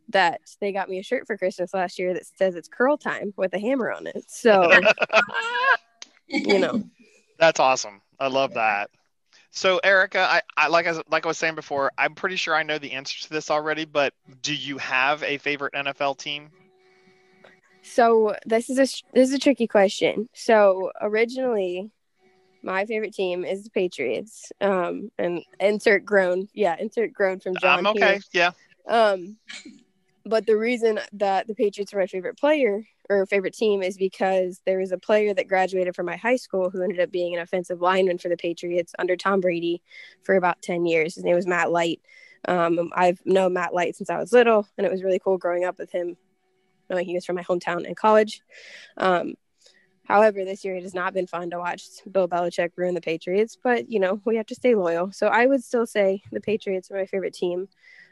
E: that they got me a shirt for Christmas last year that says it's curl time with a hammer on it. So, you know,
D: That's awesome. I love that. So, Erica, I, I like I s- like I was saying before, I'm pretty sure I know the answer to this already. But do you have a favorite NFL team?
E: so this is a this is a tricky question. So, originally my favorite team is the Patriots. Um and insert groan. Yeah, insert groan from John
D: I'm okay.
E: here.
D: Yeah.
E: Um, but the reason that the Patriots are my favorite player or favorite team is because there was a player that graduated from my high school who ended up being an offensive lineman for the Patriots under Tom Brady for about 10 years. His name was Matt Light. Um, I've known Matt Light since I was little, and it was really cool growing up with him, knowing he was from my hometown in college. Um, however, this year it has not been fun to watch Bill Belichick ruin the Patriots, but you know, we have to stay loyal. So I would still say the Patriots are my favorite team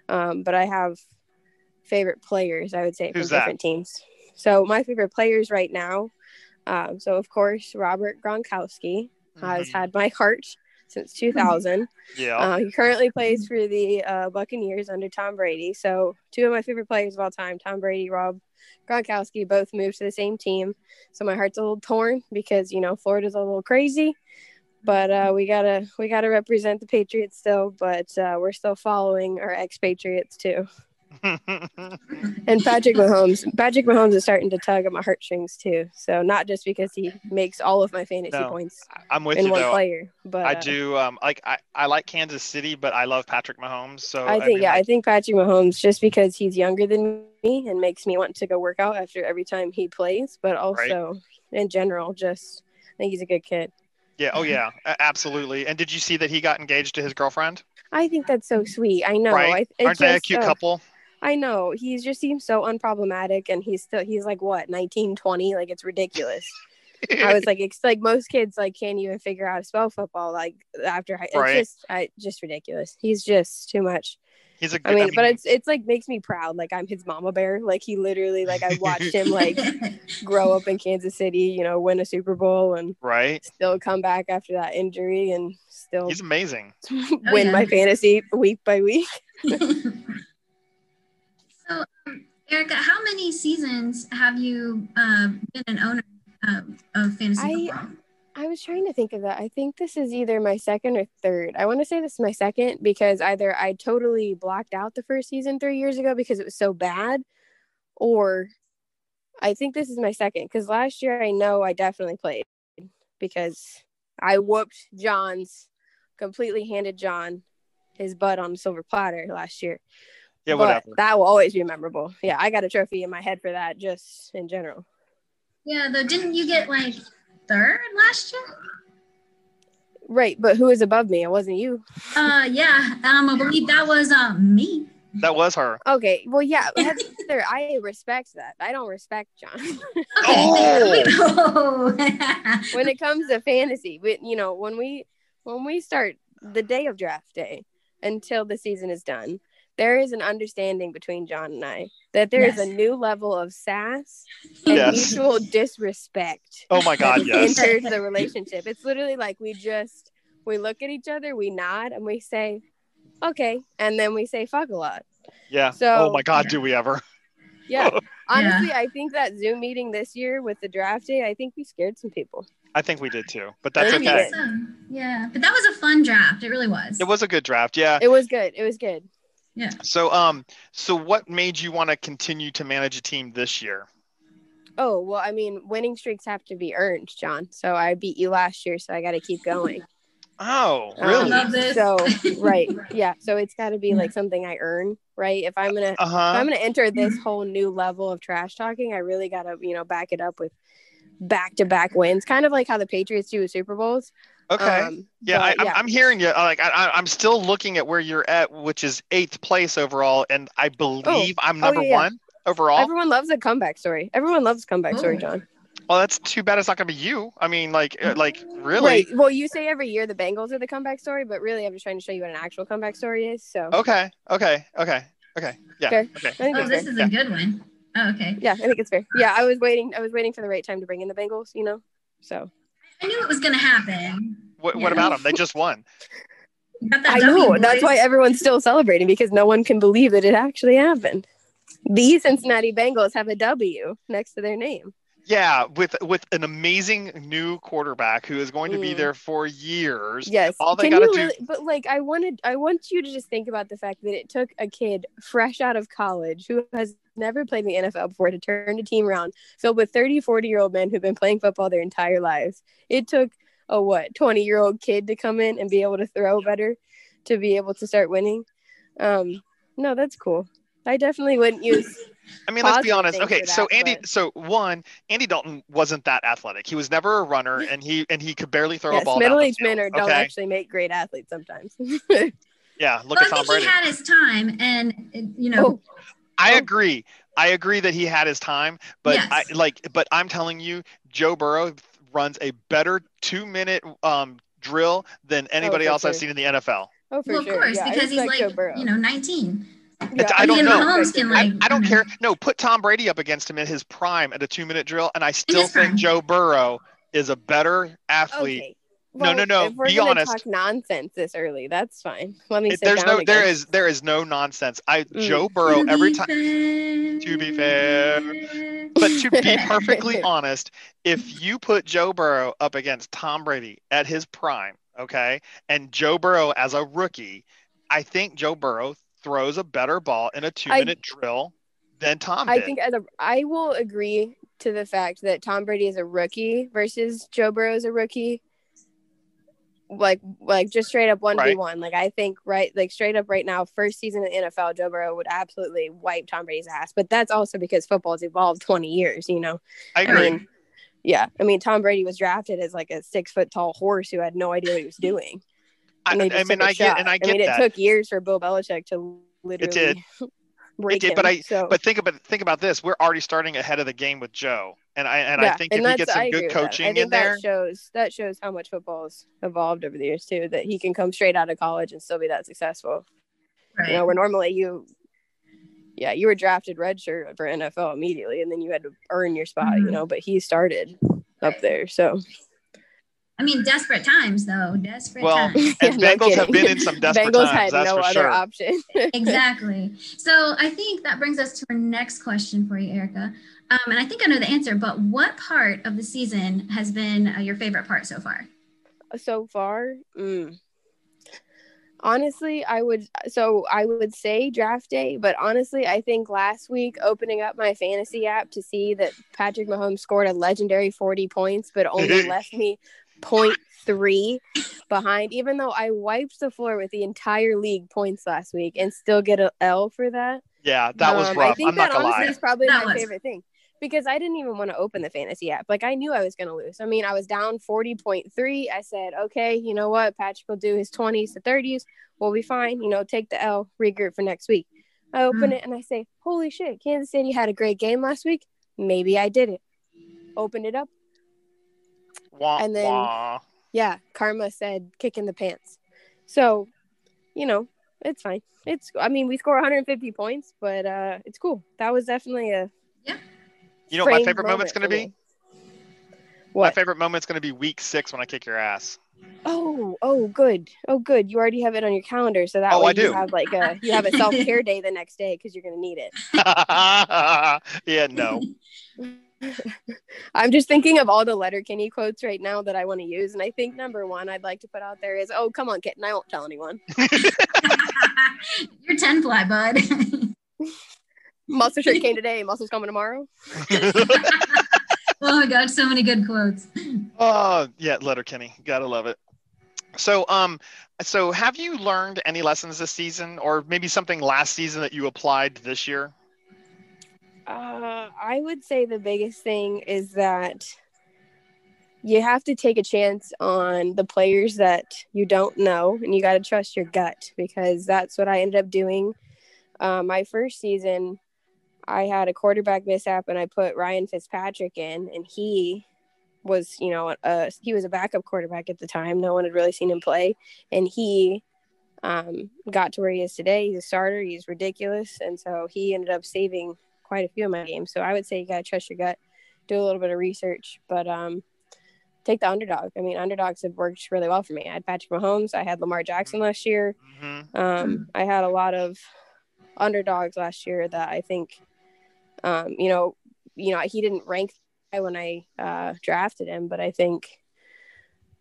E: um, but I have favorite players. I would say
D: Who's
E: from
D: that?
E: different teams. So my favorite players right now. Um, so of course Robert Gronkowski has
D: Mhm.
E: had my heart since 2000.
D: Yeah.
E: Uh, he currently plays for the uh, Buccaneers under Tom Brady. So two of my favorite players of all time, Tom Brady, Rob Gronkowski, both moved to the same team. So my heart's a little torn because you know Florida's a little crazy, but uh, we gotta we gotta represent the Patriots still. But uh, we're still following our expatriates too. um, And Patrick Mahomes, Patrick Mahomes is starting to tug at my heartstrings too. So not just because he makes all of my fantasy
D: No,
E: points
D: I'm with
E: in
D: you
E: one
D: though.
E: player, but
D: I
E: uh,
D: do. Um, like I, I like Kansas City, but I love Patrick Mahomes. So
E: I think
D: mean,
E: yeah, I
D: like,
E: think Patrick Mahomes just because he's younger than me and makes me want to go work out after every time he plays, but also in general, just I think he's a good kid.
A: Yeah. Oh, yeah. a- Absolutely. And did you see that he got engaged to his girlfriend?
E: I think that's so sweet. I know.
A: Right?
E: I, it
A: Aren't they a
E: just,
A: cute
E: uh,
A: couple?
E: I know. He just seems so unproblematic, and he's still he's like what 19, 20? Like it's ridiculous. I was like, it's like most kids like can't even figure out how to spell football. Like after high,
A: Right.
E: it's just I, just ridiculous. He's just too much.
A: He's a good.
E: I mean, but it's it's like makes me proud. Like I'm his mama bear. Like he literally like I watched him like grow up in Kansas City. You know, win a Super Bowl and
A: right.
E: still come back after that injury and still
A: He's oh, amazing.
E: win
F: yeah.
E: my fantasy week by week.
F: so, um, Erica, how many seasons have you uh, been an owner uh, of fantasy
E: I-
F: football?
E: I was trying to think of that. I think this is either my second or third. I want to say this is my second because either I totally blocked out the first season three years ago because it was so bad, or I think this is my second because last year I know I definitely played because I whooped John's, completely handed John his butt on a silver platter last year.
A: Yeah.
E: But
A: Whatever.
E: That will always be memorable. Yeah, I got a trophy in my head for that just in general.
F: Yeah, though, didn't you get like third last year?
E: Right, but who is above me? It wasn't you.
F: Uh, yeah, um, I believe that was uh, me.
A: That was her.
E: Okay, well, yeah, Heather, I respect that. I don't respect John
F: Okay,
A: Oh!
F: there we go.
E: when it comes to fantasy. But you know, when we when we start the day of draft day until the season is done, there is an understanding between John and I that there is
F: Yes.
E: a new level of sass and
A: Yes.
E: mutual disrespect
A: Oh my God.
E: that
A: Yes.
E: has entered the relationship. It's literally like we just we look at each other, we nod, and we say, "Okay," and then we say "fuck" a lot.
A: Yeah.
E: So-
A: oh my God. Do we ever?
E: Yeah. Honestly, I think that Zoom meeting this year with the draft day, I think we scared some people.
A: I think we did too, but that's
E: Yeah.
F: I
A: okay.
F: think so. Yeah, but that was a fun draft. It really was.
A: It was a good draft. Yeah.
E: It was good. It was good.
A: So, um, so what made you want to continue to manage a team this year?
E: Oh, well, I mean, winning streaks have to be earned, John. So I beat you last year, so I got to keep going.
A: Oh,
E: Um,
A: really?
F: Love this.
E: So, right. Yeah. So it's got to be like something I earn, right? If I'm going to.
A: Uh
E: If I'm
A: huh.
E: going to enter this whole new level of trash talking. I really got to, you know, back it up with back to back wins, kind of like how the Patriots do with Super Bowls.
A: Okay.
E: Um,
A: yeah, I,
E: but
A: I'm, I'm hearing you. uh, Like, I- I, I'm still looking at where you're at, which is eighth place overall, and I believe I'm
E: Oh,
A: number
E: yeah, yeah.
A: one overall.
E: everyone loves a comeback story. Everyone loves a comeback story,
F: Oh.
E: John.
A: well, that's too bad. It's not going to be you. I mean, like, uh, like really?
E: Right. Well, you say every year the Bengals are the comeback story, but really, I'm just trying to show you what an actual comeback story is. So
A: Okay. Okay. Okay. Okay. Yeah.
E: Fair.
A: Okay.
E: I think
F: oh,
E: it's
F: this
E: fair.
F: is
A: Yeah.
F: a good one. Oh, okay.
E: Yeah, I think it's fair. Yeah, I was waiting. I was waiting for the right time to bring in the Bengals. You know, so
F: I knew it was going to happen.
A: What,
F: Yeah.
A: what about them? They just won.
F: You Got that
E: I
F: W,
E: know that's
F: boys.
E: why everyone's still celebrating because no one can believe that it actually happened. The Cincinnati Bengals have a W next to their name.
A: Yeah, with with an amazing new quarterback who is going to be
E: Mm.
A: there for years.
E: Yes.
A: All they
E: can
A: gotta
E: you
A: do-
E: really? But like, I wanted. I want you to just think about the fact that it took a kid fresh out of college who has never played in the NFL before to turn a team around filled with 30, 40 year old men who've been playing football their entire lives. It took a what 20 year old kid to come in and be able to throw better to be able to start winning. Um, no, that's cool. I definitely wouldn't use.
A: I mean, let's be
E: positive
A: honest.
E: thing
A: Okay,
E: for
A: so
E: that,
A: Andy,
E: but-
A: so one, Andy Dalton wasn't that athletic. He was never a runner, and he and he could barely throw
E: Yes,
A: a ball. down the
E: middle aged
A: field,
E: men are, don't
A: okay?
E: actually make great athletes sometimes. Oh,
A: Yeah, look at
F: Well, I
A: Tom
F: think
A: Brady.
F: he had his time, and uh, you know,
E: Oh.
A: I
E: Oh.
A: agree. I agree that he had his time, but
F: Yes.
A: I like but I'm telling you, Joe Burrow runs a better two minute um drill than anybody
E: for
A: else I've
E: sure.
A: seen in the NFL.
E: oh, for
F: well, of
E: sure.
F: course,
E: yeah, I
F: because he's
E: respect Joe
F: like,
E: Burrow.
F: you know, 19.
E: Yeah,
A: I don't
F: Even
A: know.
F: Mahomes can
A: I,
F: like.
A: I don't
F: you know,
A: care. No, put Tom Brady up against him in his prime at a two minute drill, and I still
F: his
A: think
F: prime.
A: Joe Burrow is a better athlete.
E: Okay.
A: No, no, no,
E: If we're
A: be
E: gonna
A: honest.
E: Talk nonsense this early. That's fine. Let me
A: It-
E: sit
A: there's
E: down
A: no there
E: again.
A: is there is no nonsense. I
E: Mm.
A: Joe Burrow every
F: be
A: time
F: fair-
A: to be fair. but to be perfectly honest, if you put Joe Burrow up against Tom Brady at his prime, okay, and Joe Burrow as a rookie, I think Joe Burrow throws a better ball in a two minute drill than Tom
E: I
A: did.
E: think as a, I will agree to the fact that Tom Brady is a rookie versus Joe Burrow is a rookie. Like, like just straight up one v one. Like, I think right, like straight up right now, first season in the NFL, Joe Burrow would absolutely wipe Tom Brady's ass. But that's also because football's evolved twenty years. You know,
A: I
E: I
A: agree.
E: mean, Yeah, I mean, Tom Brady was drafted as like a six foot tall horse who had no idea what he was doing.
A: I,
E: and they just
A: I mean,
E: took a
A: I get,
E: shot.
A: and I get
E: I mean,
A: that.
E: it took years for Bill Belichick to literally
A: did.
E: break
A: did,
E: him.
A: but I-
E: so,
A: But think about think about this. We're already starting ahead of the game with Joe, and I and I
E: yeah,
A: think
E: and
A: if he
E: that's-
A: gets
E: I
A: some
E: agree
A: good
E: with that. I
A: coaching
E: think
A: in there,
E: that shows that shows how much football's evolved over the years too. That he can come straight out of college and still be that successful. You know,
F: Right.
E: where normally you, yeah, you were drafted redshirt for NFL immediately, and then you had to earn your spot. You
A: Mm-hmm.
F: Mhm.
E: know, but he started up
F: Right.
E: there, so
F: I mean, desperate times though. Desperate
A: Well,
F: times.
A: and
E: No
A: Bengals have
E: kidding.
A: been in some desperate
E: Bengals
A: times.
E: had
A: That's
E: no
A: for
E: other
A: sure.
E: option.
F: exactly. So I think that brings us to our next question for you, Erica. Um, and I think I know the answer, but what part of the season has been uh, your favorite part so far?
E: so far mm. honestly i would so i would say draft day but honestly i think last week opening up my fantasy app to see that patrick mahomes scored a legendary 40 points but only left me 0.3 behind even though i wiped the floor with the entire league points last week and still get a L for that
A: Yeah, that was
E: Um, i
A: rough.
E: think
A: I'm
E: that
A: not gonna
E: honestly
A: lie.
E: is probably
F: That
E: my
F: was-
E: favorite thing because I didn't even want to open the fantasy app. Like I knew I was going to lose. I mean, I was down 40.3. I said, okay, you know what? Patrick will do his 20s to 30s. We'll be fine. You know, take the L, regroup for next week. I
F: Mm.
E: open it and I say, holy shit, Kansas City had a great game last week. Maybe I did it. Open it up.
A: Wah,
E: and then-
A: wah.
E: Yeah, Karma said, kick in the pants. So, you know, it's fine. It's, I mean, we score 150 points, but uh, it's cool. That was definitely a.
F: Yeah.
A: You know what my
E: framed
A: favorite moment's
E: moment
A: gonna
E: for me. What?
A: my favorite moment's going to be week six when I kick your ass.
E: Oh, oh, good. Oh, good. You already have it on your calendar, so that
A: Oh,
E: way
A: I do.
E: you have like a you have a self care day the next day because you're gonna need it.
A: yeah, no.
E: I'm just thinking of all the letter Kenny quotes right now that I want to use, and I think number one I'd like to put out there is, "Oh, come on, kitten, I won't tell anyone."
F: You're 10 fly, bud.
E: Muscle shirt came today, muscle's coming tomorrow.
F: oh my gosh, so many good quotes.
A: Oh, yeah, Letterkenny. Gotta love it. So, um, so have you learned any lessons this season, or maybe something last season that you applied this year?
E: Uh, I would say the biggest thing is that you have to take a chance on the players that you don't know, and you got to trust your gut because that's what I ended up doing. Uh, my first season, I had a quarterback mishap, and I put Ryan Fitzpatrick in, and he was, you know, uh, he was a backup quarterback at the time. No one had really seen him play, and he um, got to where he is today. He's a starter. He's ridiculous, and so he ended up saving quite a few of my games. So I would say you gotta trust your gut, do a little bit of research, but um, take the underdog. I mean, underdogs have worked really well for me. I had Patrick Mahomes. I had Lamar Jackson last year.
A: hmm
E: Um, I had a lot of underdogs last year that I think, um, you know, you know, he didn't rank high when I uh, drafted him, but I think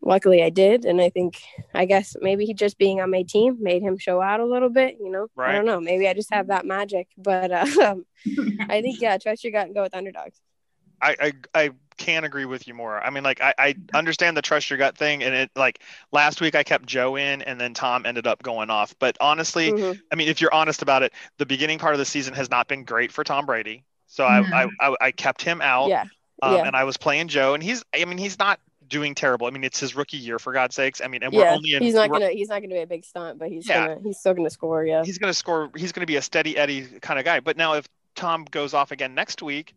E: luckily I did, and I think I guess maybe he just being on my team made him show out a little bit. You know, I
A: Right.
E: don't know. Maybe I just have that magic, but uh, I think yeah, trust your gut and go with underdogs.
A: I, I I can agree with you more. I mean, like I, I understand the trust your gut thing, and it like last week I kept Joe in, and then Tom ended up going off. But honestly,
E: Mhm.
A: I mean, if you're honest about it, the beginning part of the season has not been great for Tom Brady. So
F: No.
A: I, I, I, I kept him out,
E: Mm-hmm. Yeah,
A: um,
E: yeah.
A: and I was playing Joe, and he's, I mean, he's not doing terrible. I mean, it's his rookie year for God's sakes. I mean, and we're
E: yeah.
A: only in,
E: he's not
A: we're-
E: gonna he's not gonna be a big stunt, but he's
A: Yeah.
E: gonna he's still gonna score. Yeah,
A: he's going to score. He's going to be a steady Eddie kind of guy. But now if Tom goes off again next week,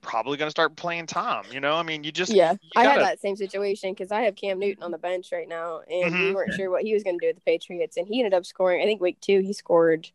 A: probably going to start playing Tom. You know, I mean, you just
E: yeah, I had
A: gotta-
E: that same situation because I have Cam Newton on the bench right now, and we
A: Mhm.
E: weren't sure what he was going to do with the Patriots, and he ended up scoring. I think week two he scored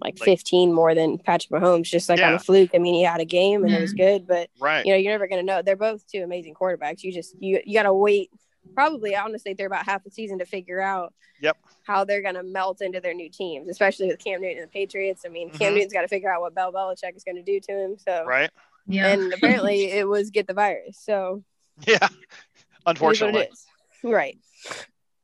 E: like,
A: Like-
E: 15 more than Patrick Mahomes, just like on
A: Yeah. Mm-hmm.
E: a fluke. I mean, he had a game and it was good, but
A: right.
E: you know you're never going to know. They're both two amazing quarterbacks. You just you you got to wait. Probably, honestly, they're about half the season to figure out
A: Yep.
E: how they're going to melt into their new teams, especially with Cam Newton and the Patriots. I mean, Cam
A: Mhm.
E: Newton's got to figure out what Bell Belichick is going to do to him. So,
A: Right.
F: yeah.
E: and apparently, it was get the virus. So
A: Yeah.
E: it is what it
A: Unfortunately.
E: is. Right.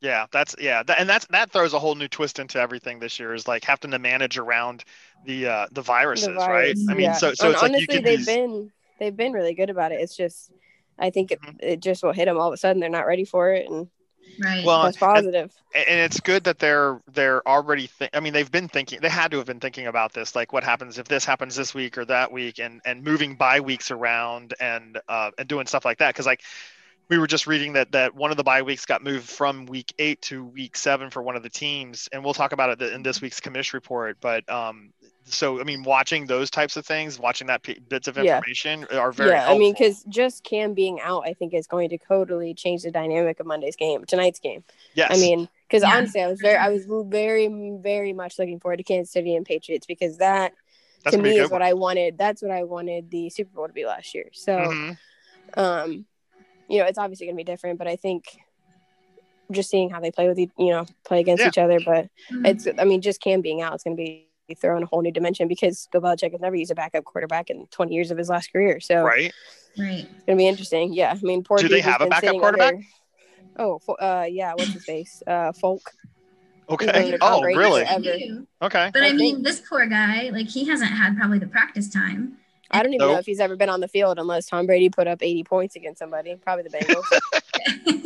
A: Yeah, that's yeah, tha- and that's that throws a whole new twist into everything this year is like having to manage around the uh the viruses,
E: The
A: right?
E: virus,
A: I mean,
E: yeah.
A: so so
E: And
A: it's
E: honestly,
A: like you can
E: they've
A: be,
E: been they've been really good about it. It's just I think it,
A: Mhm.
E: it just will hit them all of a sudden. They're not ready for it, and
F: Right.
A: Well,
E: That's positive.
A: Uh, and it's good that they're they're already thi- i mean they've been thinking they had to have been thinking about this like what happens if this happens this week or that week and and moving bye weeks around and uh and doing stuff like that because like we were just reading that that one of the bye weeks got moved from week eight to week seven for one of the teams and we'll talk about it th- in this week's commish report but um so i mean watching those types of things watching that p- bits of
E: Yeah.
A: information are very
E: yeah, I mean,
A: helpful.
E: because just Cam being out, I think, is going to totally change the dynamic of Monday's game, tonight's game.
A: yes
E: I mean, because
F: Yeah.
E: honestly, I was very, I was very, very much looking forward to Kansas City and Patriots because that
A: that's
E: to
A: gonna be a
E: me
A: good
E: is what I wanted. That's what I wanted the Super Bowl to be last year. So,
A: one. Mhm.
E: um, you know, it's obviously going to be different, but I think just seeing how they play with each, you know, play against
A: Yeah.
E: each other, but
F: Mhm.
E: it's, I mean, just Cam being out, it's going to be throwing a whole new dimension because Bill Belichick has never used a backup quarterback in 20 years of his last career. So,
A: right
F: right.
E: it's gonna be interesting. Yeah, I mean, poor
A: Do they have a backup quarterback?
E: Oh, fo- uh, yeah. What's his face? Uh, Folk.
A: okay
E: gonna
A: oh
E: operate
A: really
E: as- Ever.
A: okay
F: But I
E: I
F: mean, this poor guy, like he hasn't had probably the practice time.
E: I don't even
A: Nope.
E: know if he's ever been on the field unless Tom Brady put up 80 points against somebody. Probably the Bengals.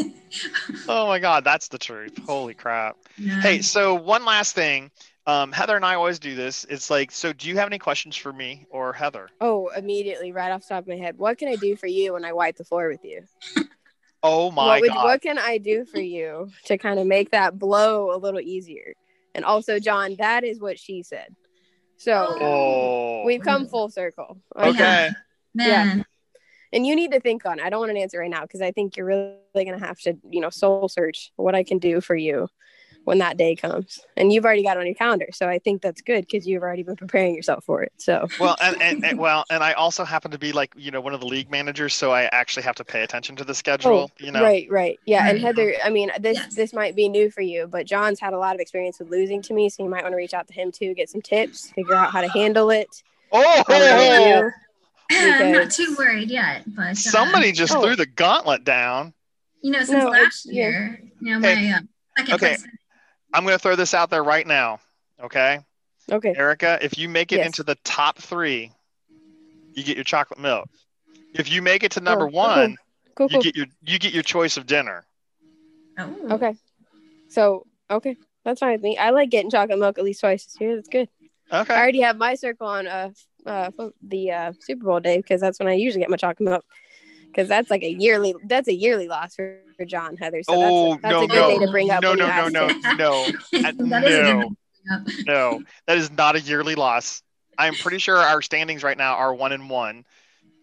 A: oh my god that's the truth holy crap
F: Yeah.
A: Hey, so one last thing. Um, Heather and I always do this. It's like, so do you have any questions for me or Heather?
E: oh, immediately, right off the top of my head, what can I do for you when I wipe the floor with you?
A: Oh my
E: what, would,
A: God.
E: what can I do for you to kind of make that blow a little easier? And also, John, that is what she said. So
A: Oh,
E: we've come full circle.
A: okay.
F: man.
E: and you need to think on. it. I don't want an answer right now because I think you're really going to have to, you know, soul search what I can do for you when that day comes. And you've already got it on your calendar, so I think that's good because you've already been preparing yourself for it. So
A: Well, and, and, and well, and I also happen to be like, you know, one of the league managers, so I actually have to pay attention to the schedule. you know,
E: Oh, right, right, yeah. And
F: Right.
E: Heather, I mean, this
F: Yes.
E: this might be new for you, but John's had a lot of experience with losing to me, so you might want to reach out to him too, get some tips, figure out how to handle it.
A: oh,
E: what to do.
F: I'm not
E: because-
F: too worried yet, but uh,
A: somebody just
E: Oh.
A: threw the gauntlet down.
F: you know, since
E: No,
F: last
E: it's- yeah.
F: year, you know,
A: Hey.
F: my uh, second
A: Okay.
F: person.
A: I'm going to throw this out there right now. Okay,
E: Okay,
A: Erica, if you make it
E: Yes.
A: into the top three, you get your chocolate milk. If you make it to number
E: Oh, cool,
A: one,
E: cool,
A: you
E: cool.
A: get your you get your choice of dinner.
F: Oh,
E: Okay, so okay, that's fine with me. I like getting chocolate milk at least twice this year. That's good. I
A: Okay.
E: already have my circle on uh, uh fo- the uh, Super Bowl day because that's when I usually get my chocolate milk because that's like a yearly that's a yearly loss for, for John Heather. So
A: Oh,
E: that's, a, that's
A: no,
E: a good
A: no.
E: day to bring up.
A: No,
E: when
A: no,
E: you
A: no,
E: ask
A: no,
E: it.
A: no, I-
F: that is a good
A: no,
F: one.
A: no. That is not a yearly loss. I'm pretty sure our standings right now are one and one.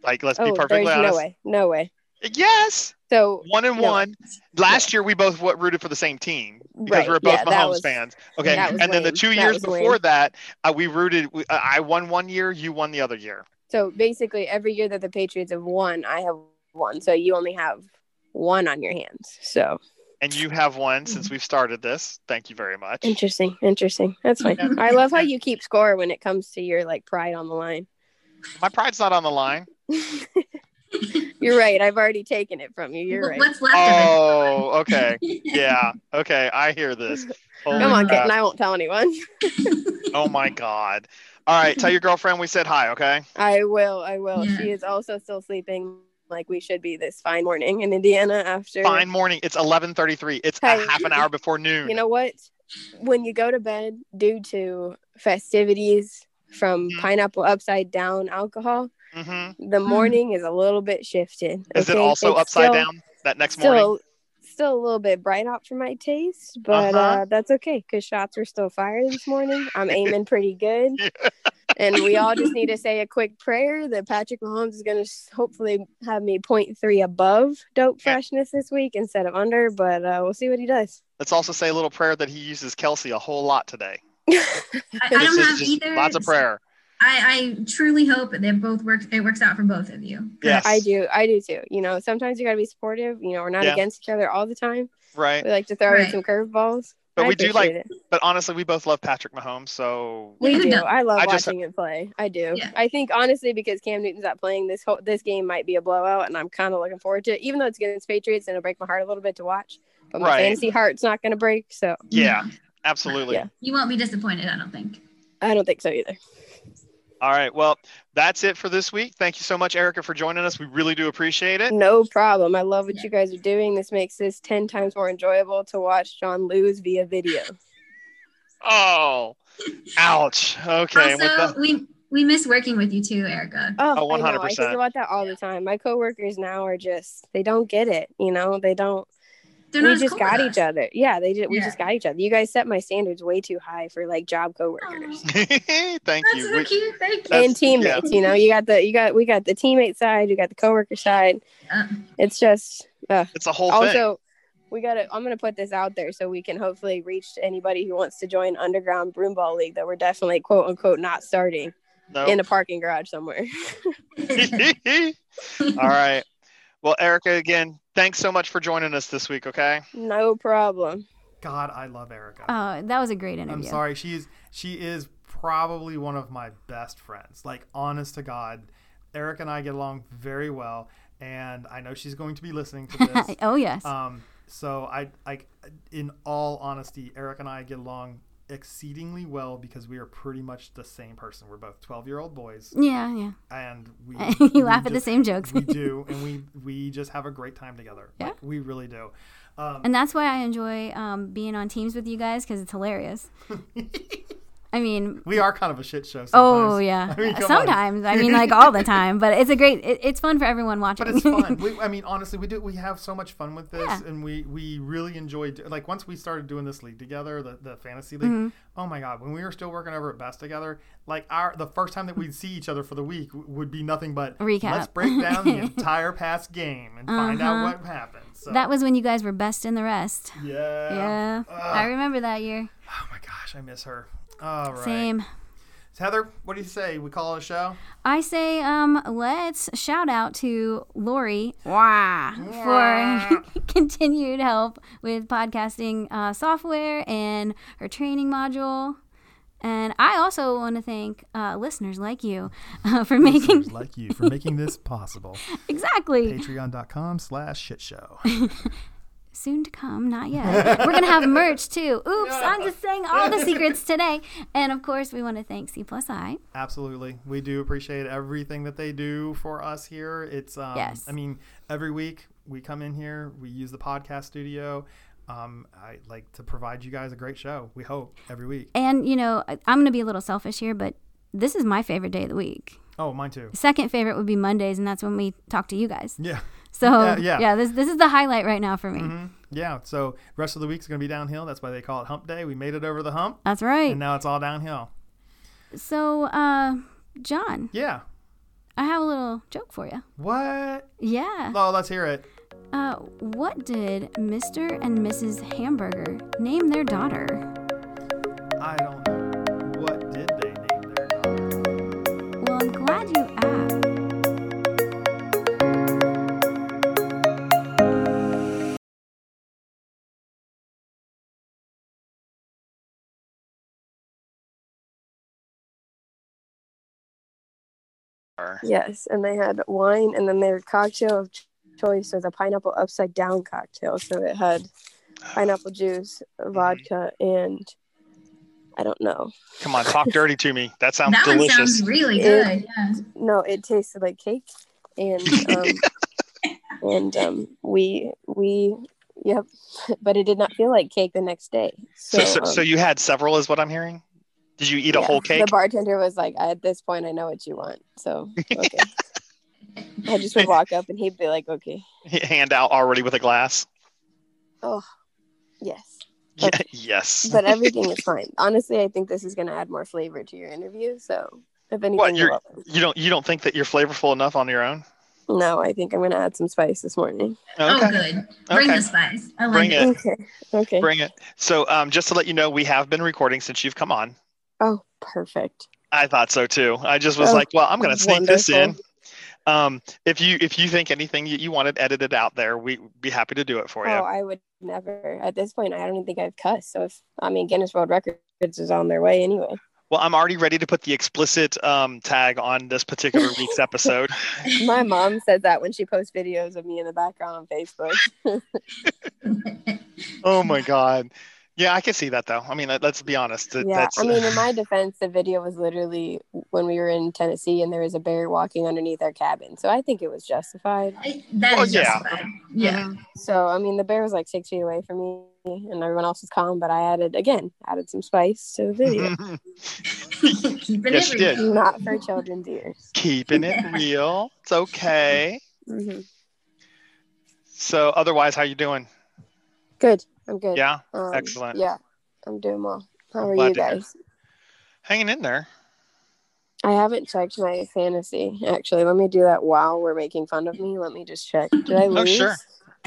A: Like, let's be
E: Oh, there's
A: perfectly honest.
E: no way, no way.
A: Yes,
E: So
A: one and
E: No.
A: one. Last year we both w- rooted for the same team because
E: Right,
A: we were both
E: yeah, that
A: Mahomes
E: was-
A: fans. Okay,
E: that
A: and
E: was
A: then the
E: lame.
A: two
E: That
A: years
E: was lame.
A: before that, uh, we rooted. We, uh, I won one year, you won the other year.
E: so basically, every year that the Patriots have won, I have won. So you only have one on your hands. So
A: And you have won since we've started this. Thank you very much.
E: Mm-hmm. interesting, interesting. That's fine.
F: Yeah.
E: I love how you keep score when it comes to your like pride on the line.
A: My pride's not on the line.
E: You're right. I've already taken it from you. You're
F: Well,
E: right.
F: What's left of
A: Oh, okay.
F: it?
A: yeah okay i hear this Holy
E: Come on,
A: crap.
E: kitten. I won't tell anyone.
A: oh my god all right tell your girlfriend we said hi okay
E: I will. I will.
F: Yeah.
E: She is also still sleeping like we should be this fine morning in Indiana after.
A: fine morning it's 11.33 it's
E: Hey.
A: a half an hour before noon
E: You know what? When you go to bed due to festivities from
A: Mhm.
E: pineapple upside down alcohol,
A: hmm
E: the morning is a little bit shifted.
A: is it
E: okay?
A: also
E: It's
A: upside
E: still-
A: down that next
E: Still,
A: morning
E: still a little bit bright out for my taste, but uh
A: Uh-huh.
E: that's okay because shots were still fired this morning. I'm aiming pretty good. And we all just need to say a quick prayer that Patrick Mahomes is going to hopefully have me 0.3 above dope
A: Yeah.
E: freshness this week instead of under, but uh, we'll see what he does.
A: let's also say a little prayer that he uses kelsey a whole lot today
F: I, I don't
A: This is
F: have
A: just
F: either.
A: lots of prayer
F: I, I truly hope that both works. It works out for both of you.
A: yes
E: I do. I do too. You know, sometimes you got to be supportive. You know, we're not
A: Yeah.
E: against each other all the time.
A: right
E: We like to throw
F: Right.
E: in some curveballs.
A: But
E: I
A: we do like-
E: appreciate it. Mm-hmm.
A: but honestly we both love patrick mahomes so
E: We
F: Who
E: do.
F: doesn't?
E: I love
A: I just-
E: watching him play. I do.
F: Yeah.
E: I think honestly because Cam Newton's not playing this whole this game might be a blowout, and I'm kind of looking forward to it. Even though it's against Patriots, and it'll break my heart a little bit to watch. But my
A: Right.
E: fantasy heart's not going to break, so
A: yeah absolutely
E: Yeah.
F: You won't be disappointed, I don't think.
E: I don't think so either.
A: All right. Well, that's it for this week. Thank you so much, Erica, for joining us. We really do appreciate it.
E: No problem. I love what you guys are doing. This makes this 10 times more enjoyable to watch John lose via video.
A: Oh, ouch. Okay. with
F: also,
A: that-
F: we we miss working with you too, Erica.
E: Oh,
A: Oh,
E: I, know. I
A: 100%.
E: think about that all the time. My coworkers now are just, they don't get it. You know, they don't,
F: They're
E: we
F: not as
E: just
F: cool
E: got
F: with
E: each
F: us.
E: other. Yeah, they just, we
F: Yeah.
E: just got each other. You guys set my standards way too high for like job coworkers.
F: Aw,
A: Thank
F: That's
A: you.
F: so
A: We-
F: cute. Thank you.
A: That's-
E: and teammates, you know, you got the, you got, we got the teammate side, you got the coworker side.
F: Uh.
E: It's just, uh,
A: it's a whole thing.
E: also we gotta i'm gonna put this out there so we can hopefully reach to anybody who wants to join underground broomball league that we're definitely quote unquote not starting
A: No.
E: in a parking garage somewhere
F: Uh,
A: All right. Well, Erica, again, thanks so much for joining us this week. Okay.
E: no problem
D: God, I love Erica.
B: Oh, that was a great interview.
D: I'm sorry. She is she is probably one of my best friends. Like honest to God, Eric and I get along very well, and I know she's going to be listening to this.
B: oh yes.
D: um, so I like in all honesty, Eric and I get along exceedingly well because we are pretty much the same person. We're both 12 year old boys,
B: yeah, yeah.
D: and we
B: you
D: we
B: laugh at the
D: just-
B: same jokes.
D: we do, and we we just have a great time together.
B: Yeah.
D: Like, we really do. Um,
B: And that's why I enjoy um, being on teams with you guys because it's hilarious. I mean,
D: we are kind of a shit show. Sometimes.
B: oh yeah,
D: I mean, come on.
B: sometimes. I mean, like all the time. But it's a great. It, it's fun for everyone watching.
D: But it's fun. We, I mean, honestly, we do. We have so much fun with this,
B: Yeah.
D: and we we really enjoy. do- Like once we started doing this league together, the, the fantasy league.
B: Mm-hmm.
D: Oh my god, when we were still working over at Best together, like our the first time that we'd see each other for the week w- would be nothing but
B: Recap.
D: Let's break down the entire past game and find out what happened. So
B: Uh-huh. that was when you guys were best in the rest.
D: yeah. Uh,
B: Yeah, I remember that year.
D: Oh my gosh, I miss her. All right,
B: Same.
D: So, Heather, what do you say? We call it a show.
B: I say, um, let's shout out to Lori Wah for continued help with podcasting uh, software and her training module. And I also want to thank uh, listeners like you uh, for making
D: Like you for making this possible.
B: exactly
D: Patreon.com/slash shit show.
B: soon to come, not yet. We're gonna have merch too. Oops, I'm just saying all the secrets today. And of course, we want to thank C plus I.
D: Absolutely. We do appreciate everything that they do for us here. It's um
B: Yes.
D: I mean, every week we come in here, we use the podcast studio. Um, I like to provide you guys a great show. We hope every week.
B: And you know, I- I'm gonna be a little selfish here, but this is my favorite day of the week.
D: Oh, mine too.
B: second favorite would be Mondays, and that's when we talk to you guys.
D: Yeah.
B: So
D: Yeah,
B: yeah,
D: yeah. Mm-hmm.
B: this this is the highlight right now for me.
D: Yeah. So rest of the week's gonna be downhill. That's why they call it hump day. We made it over the hump
B: That's right.
D: and now it's all downhill.
B: So, uh, John,
D: Yeah.
B: I have a little joke for you.
D: What?
B: Yeah.
D: Oh, let's hear it.
B: Uh, what did Mr. and Mrs. Hamburger name their daughter?
D: I don't know. What did they name their daughter?
B: Well, I'm glad you asked.
E: yes and they had wine and then their cocktail of ch- choice was a pineapple upside down cocktail so it had pineapple juice vodka and i don't know
A: Come on, talk dirty to me. That sounds
F: that one
A: delicious.
F: sounds really
E: Yeah.
F: good. Yeah.
E: no it tasted like cake and um, and um, we we yep but it did not feel like cake the next day so,
A: so, so,
E: um,
A: so you had several, is what I'm hearing. Did you eat a
E: yeah,
A: whole cake?
E: the bartender was like at this point i know what you want so okay i just would walk up and he'd be like okay
A: Hand out already with a glass.
E: oh yes
A: Yeah,
E: Okay.
A: yes.
E: but everything is fine honestly i think this is going to add more flavor to your interview so if anything
A: What,
E: you're
A: you're-
E: welcome.
A: You don't. You don't think that you're flavorful enough on your own?
E: no i think i'm going to add some spice this morning
F: Oh,
A: Okay.
F: good. Bring
A: Okay.
F: the spice. I like
A: Bring
F: it.
A: it.
E: okay okay
A: Bring it. So, um, just to let you know, we have been recording since you've come on.
E: oh perfect
A: I thought so too. I just was
E: Oh,
A: like, well, I'm going to sneak this in.
E: wonderful.
A: Um, if you if you think anything you, you wanted edited out there, we'd be happy to do it for you.
E: Oh, I would never. At this point, I don't even think I've cussed. So if I mean Guinness World Records is on their way anyway.
A: Well, I'm already ready to put the explicit um, tag on this particular week's episode.
E: My mom says that when she posts
D: Oh
E: videos of me in the background on Facebook.
A: oh my god.
D: Yeah, I can see that though. I mean, let- let's be honest. that-
E: yeah,
D: that's,
E: I mean, in my defense, the video was literally when we were in Tennessee and there was a bear walking underneath our cabin. So I think it was justified.
F: I, that
D: Well,
F: is
D: Oh, yeah.
F: justified. Yeah.
E: Uh-huh. So, I mean, the bear was like six feet away from me and everyone else was calm, but I added, again, added some spice to the video.
F: Keep it
D: Yes, you did.
F: everything.
E: Not for children's ears.
D: keeping it real. It's okay.
E: Mm-hmm.
D: So otherwise, how you doing?
E: Good. I'm good.
D: Yeah,
E: Um,
D: excellent.
E: Yeah. I'm doing well. How
D: I'm
E: are
D: glad
E: you
D: to hear.
E: guys?
D: hanging in there.
E: I haven't checked my fantasy actually. Let me do that while we're making fun of me. Let me just check. Did I lose?
D: Oh, sure.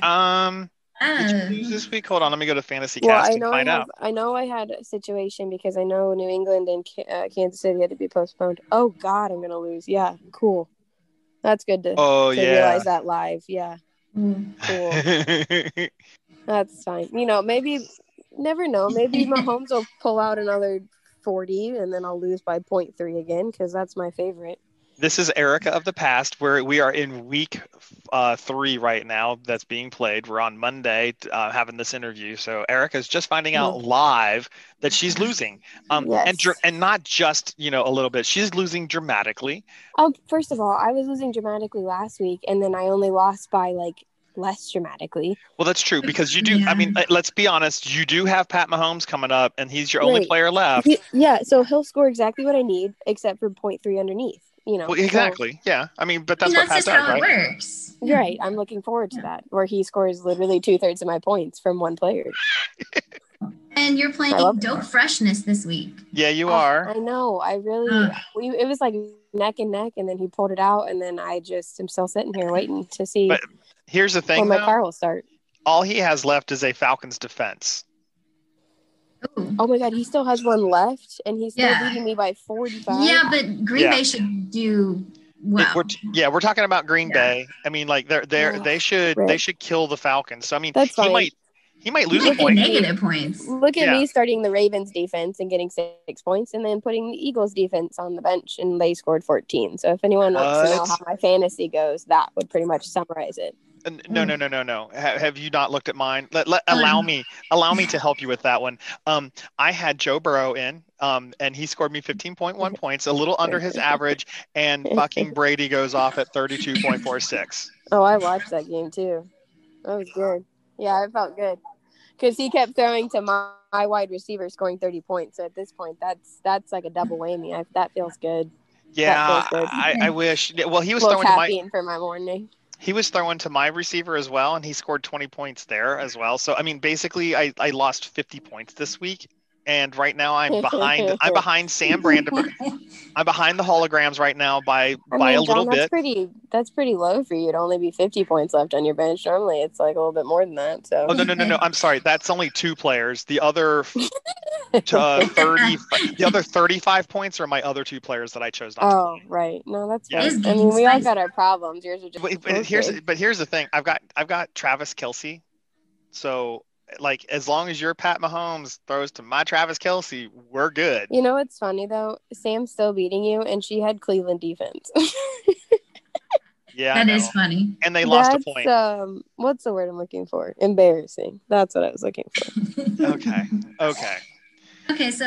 D: Um, did you
F: Oh.
D: lose this week? Hold on, let me go to Fantasy
E: Well,
D: Cast
E: I
D: and
E: know I,
D: find
E: have,
D: out.
E: I know I had a situation because I know New England and Ca- uh, Kansas City had to be postponed. Oh God, I'm gonna lose. Yeah, cool. That's good to,
D: Oh
E: to
D: yeah.
E: realize that live. Yeah,
F: Mm.
E: cool. That's fine. You know, maybe never know. Maybe Mahomes will pull out another 40, and then I'll lose by 0.3 again because that's my favorite.
D: this is Erica of the past, where we are in week uh, three right now. That's being played. We're on Monday uh, having this interview. So Erica's just finding out live that she's losing, um, and
E: Mm-hmm. Yes.
D: dr- and not just you know a little bit. She's losing dramatically.
E: Oh, first of all, I was losing dramatically last week, and then I only lost by like less dramatically.
D: Well, that's true because you do. I
F: Yeah.
E: Mm-hmm.
D: mean, uh, let's be honest. You do have Pat Mahomes coming up, and he's your only
E: Right.
D: player left.
E: He- yeah, so he'll score exactly what I need, except for 0.3 underneath. You know,
D: Well,
E: so-
D: exactly. Yeah. I mean, but that's
F: and
D: what
F: that's
D: Pat
F: just
D: does,
F: how
D: right?
F: it works.
E: You're right. I'm looking forward to that, where he scores literally two thirds of my points from one player.
F: And you're playing
E: I love
F: Dope Freshness this week. Uh,
D: Yeah, you
E: Oh.
D: are.
E: I know. I really.
F: Ugh.
E: We, it was like neck and neck, and then he pulled it out, and then I just am still sitting here waiting to see
D: But Here's the
E: when
D: thing,
E: Oh my
D: though.
E: car will start.
D: All he has left is a Falcons defense.
F: Ooh.
E: Oh my god, he still has one left, and he's still
F: Yeah.
E: leading me by 45.
F: Yeah, but Green
D: Yeah.
F: Bay should do well.
D: We're t- yeah, we're talking about Green
F: Yeah.
D: Bay. I mean, like they're they are
E: Ugh,
D: they should they
E: Rick.
D: should kill the Falcons. So I mean,
E: That's
D: he
E: fine.
D: might he might lose a
F: Might be
D: point.
F: negative points.
E: Look at
D: Yeah.
E: me starting the Ravens defense and getting six points, and then putting the Eagles defense on the bench, and they scored 14. So if anyone wants to know
D: What?
E: how my fantasy goes, that would pretty much summarize it.
D: N- uh, No,
F: Mm.
D: no, no, no, no. Ha- have you not looked at mine? Let, let
F: Um.
D: allow me allow me to help you with that one. Um, I had Joe Burrow in, um, and he scored me 15.1 points, a little under his average, and fucking Brady goes off at 32.46.
E: Oh, I watched that game too. That was good. Yeah, it felt good because he kept throwing to my, my wide receiver, scoring 30 points. So at this point, that's that's like a double whammy. I, that feels good.
D: Yeah,
E: feels good.
D: I, I wish. Well, he
E: A
D: was
E: little
D: throwing to my
E: caffeine for my morning.
D: he was throwing to my receiver as well, and he scored 20 points there as well. So I mean, basically, I, I lost 50 points this week, and right now I'm behind. I'm behind Sam Brandenburg. I'm behind the holograms right now by
E: I
D: by
E: mean,
D: a little
E: John, Oh, that's
D: bit.
E: pretty. That's pretty low for you to only be 50 points left on your bench. Normally, it's like a little bit more than that. So
D: Oh no no no no! I'm sorry. That's only two players. The other f- t- uh, thirty, the other thirty-five points are my other two players that I chose not to
E: Oh,
D: play.
E: right. No, that's
D: Yeah.
E: fine.
F: His
E: I mean,
F: game's
E: we all
F: nice.
E: got our problems. Yours are just.
D: But, but here's
E: okay.
D: but here's the thing. I've got I've got Travis Kelsey. So like as long as your Pat Mahomes throws to my Travis Kelsey, we're good.
E: You know what's funny though? Sam's still beating you, and she had Cleveland defense.
D: Yeah, I
F: That is
D: know.
F: funny.
D: and they lost a
E: That's,
D: point.
E: Um, what's the word I'm looking for? Embarrassing. That's what I was looking for.
D: Okay, okay.
F: Okay, so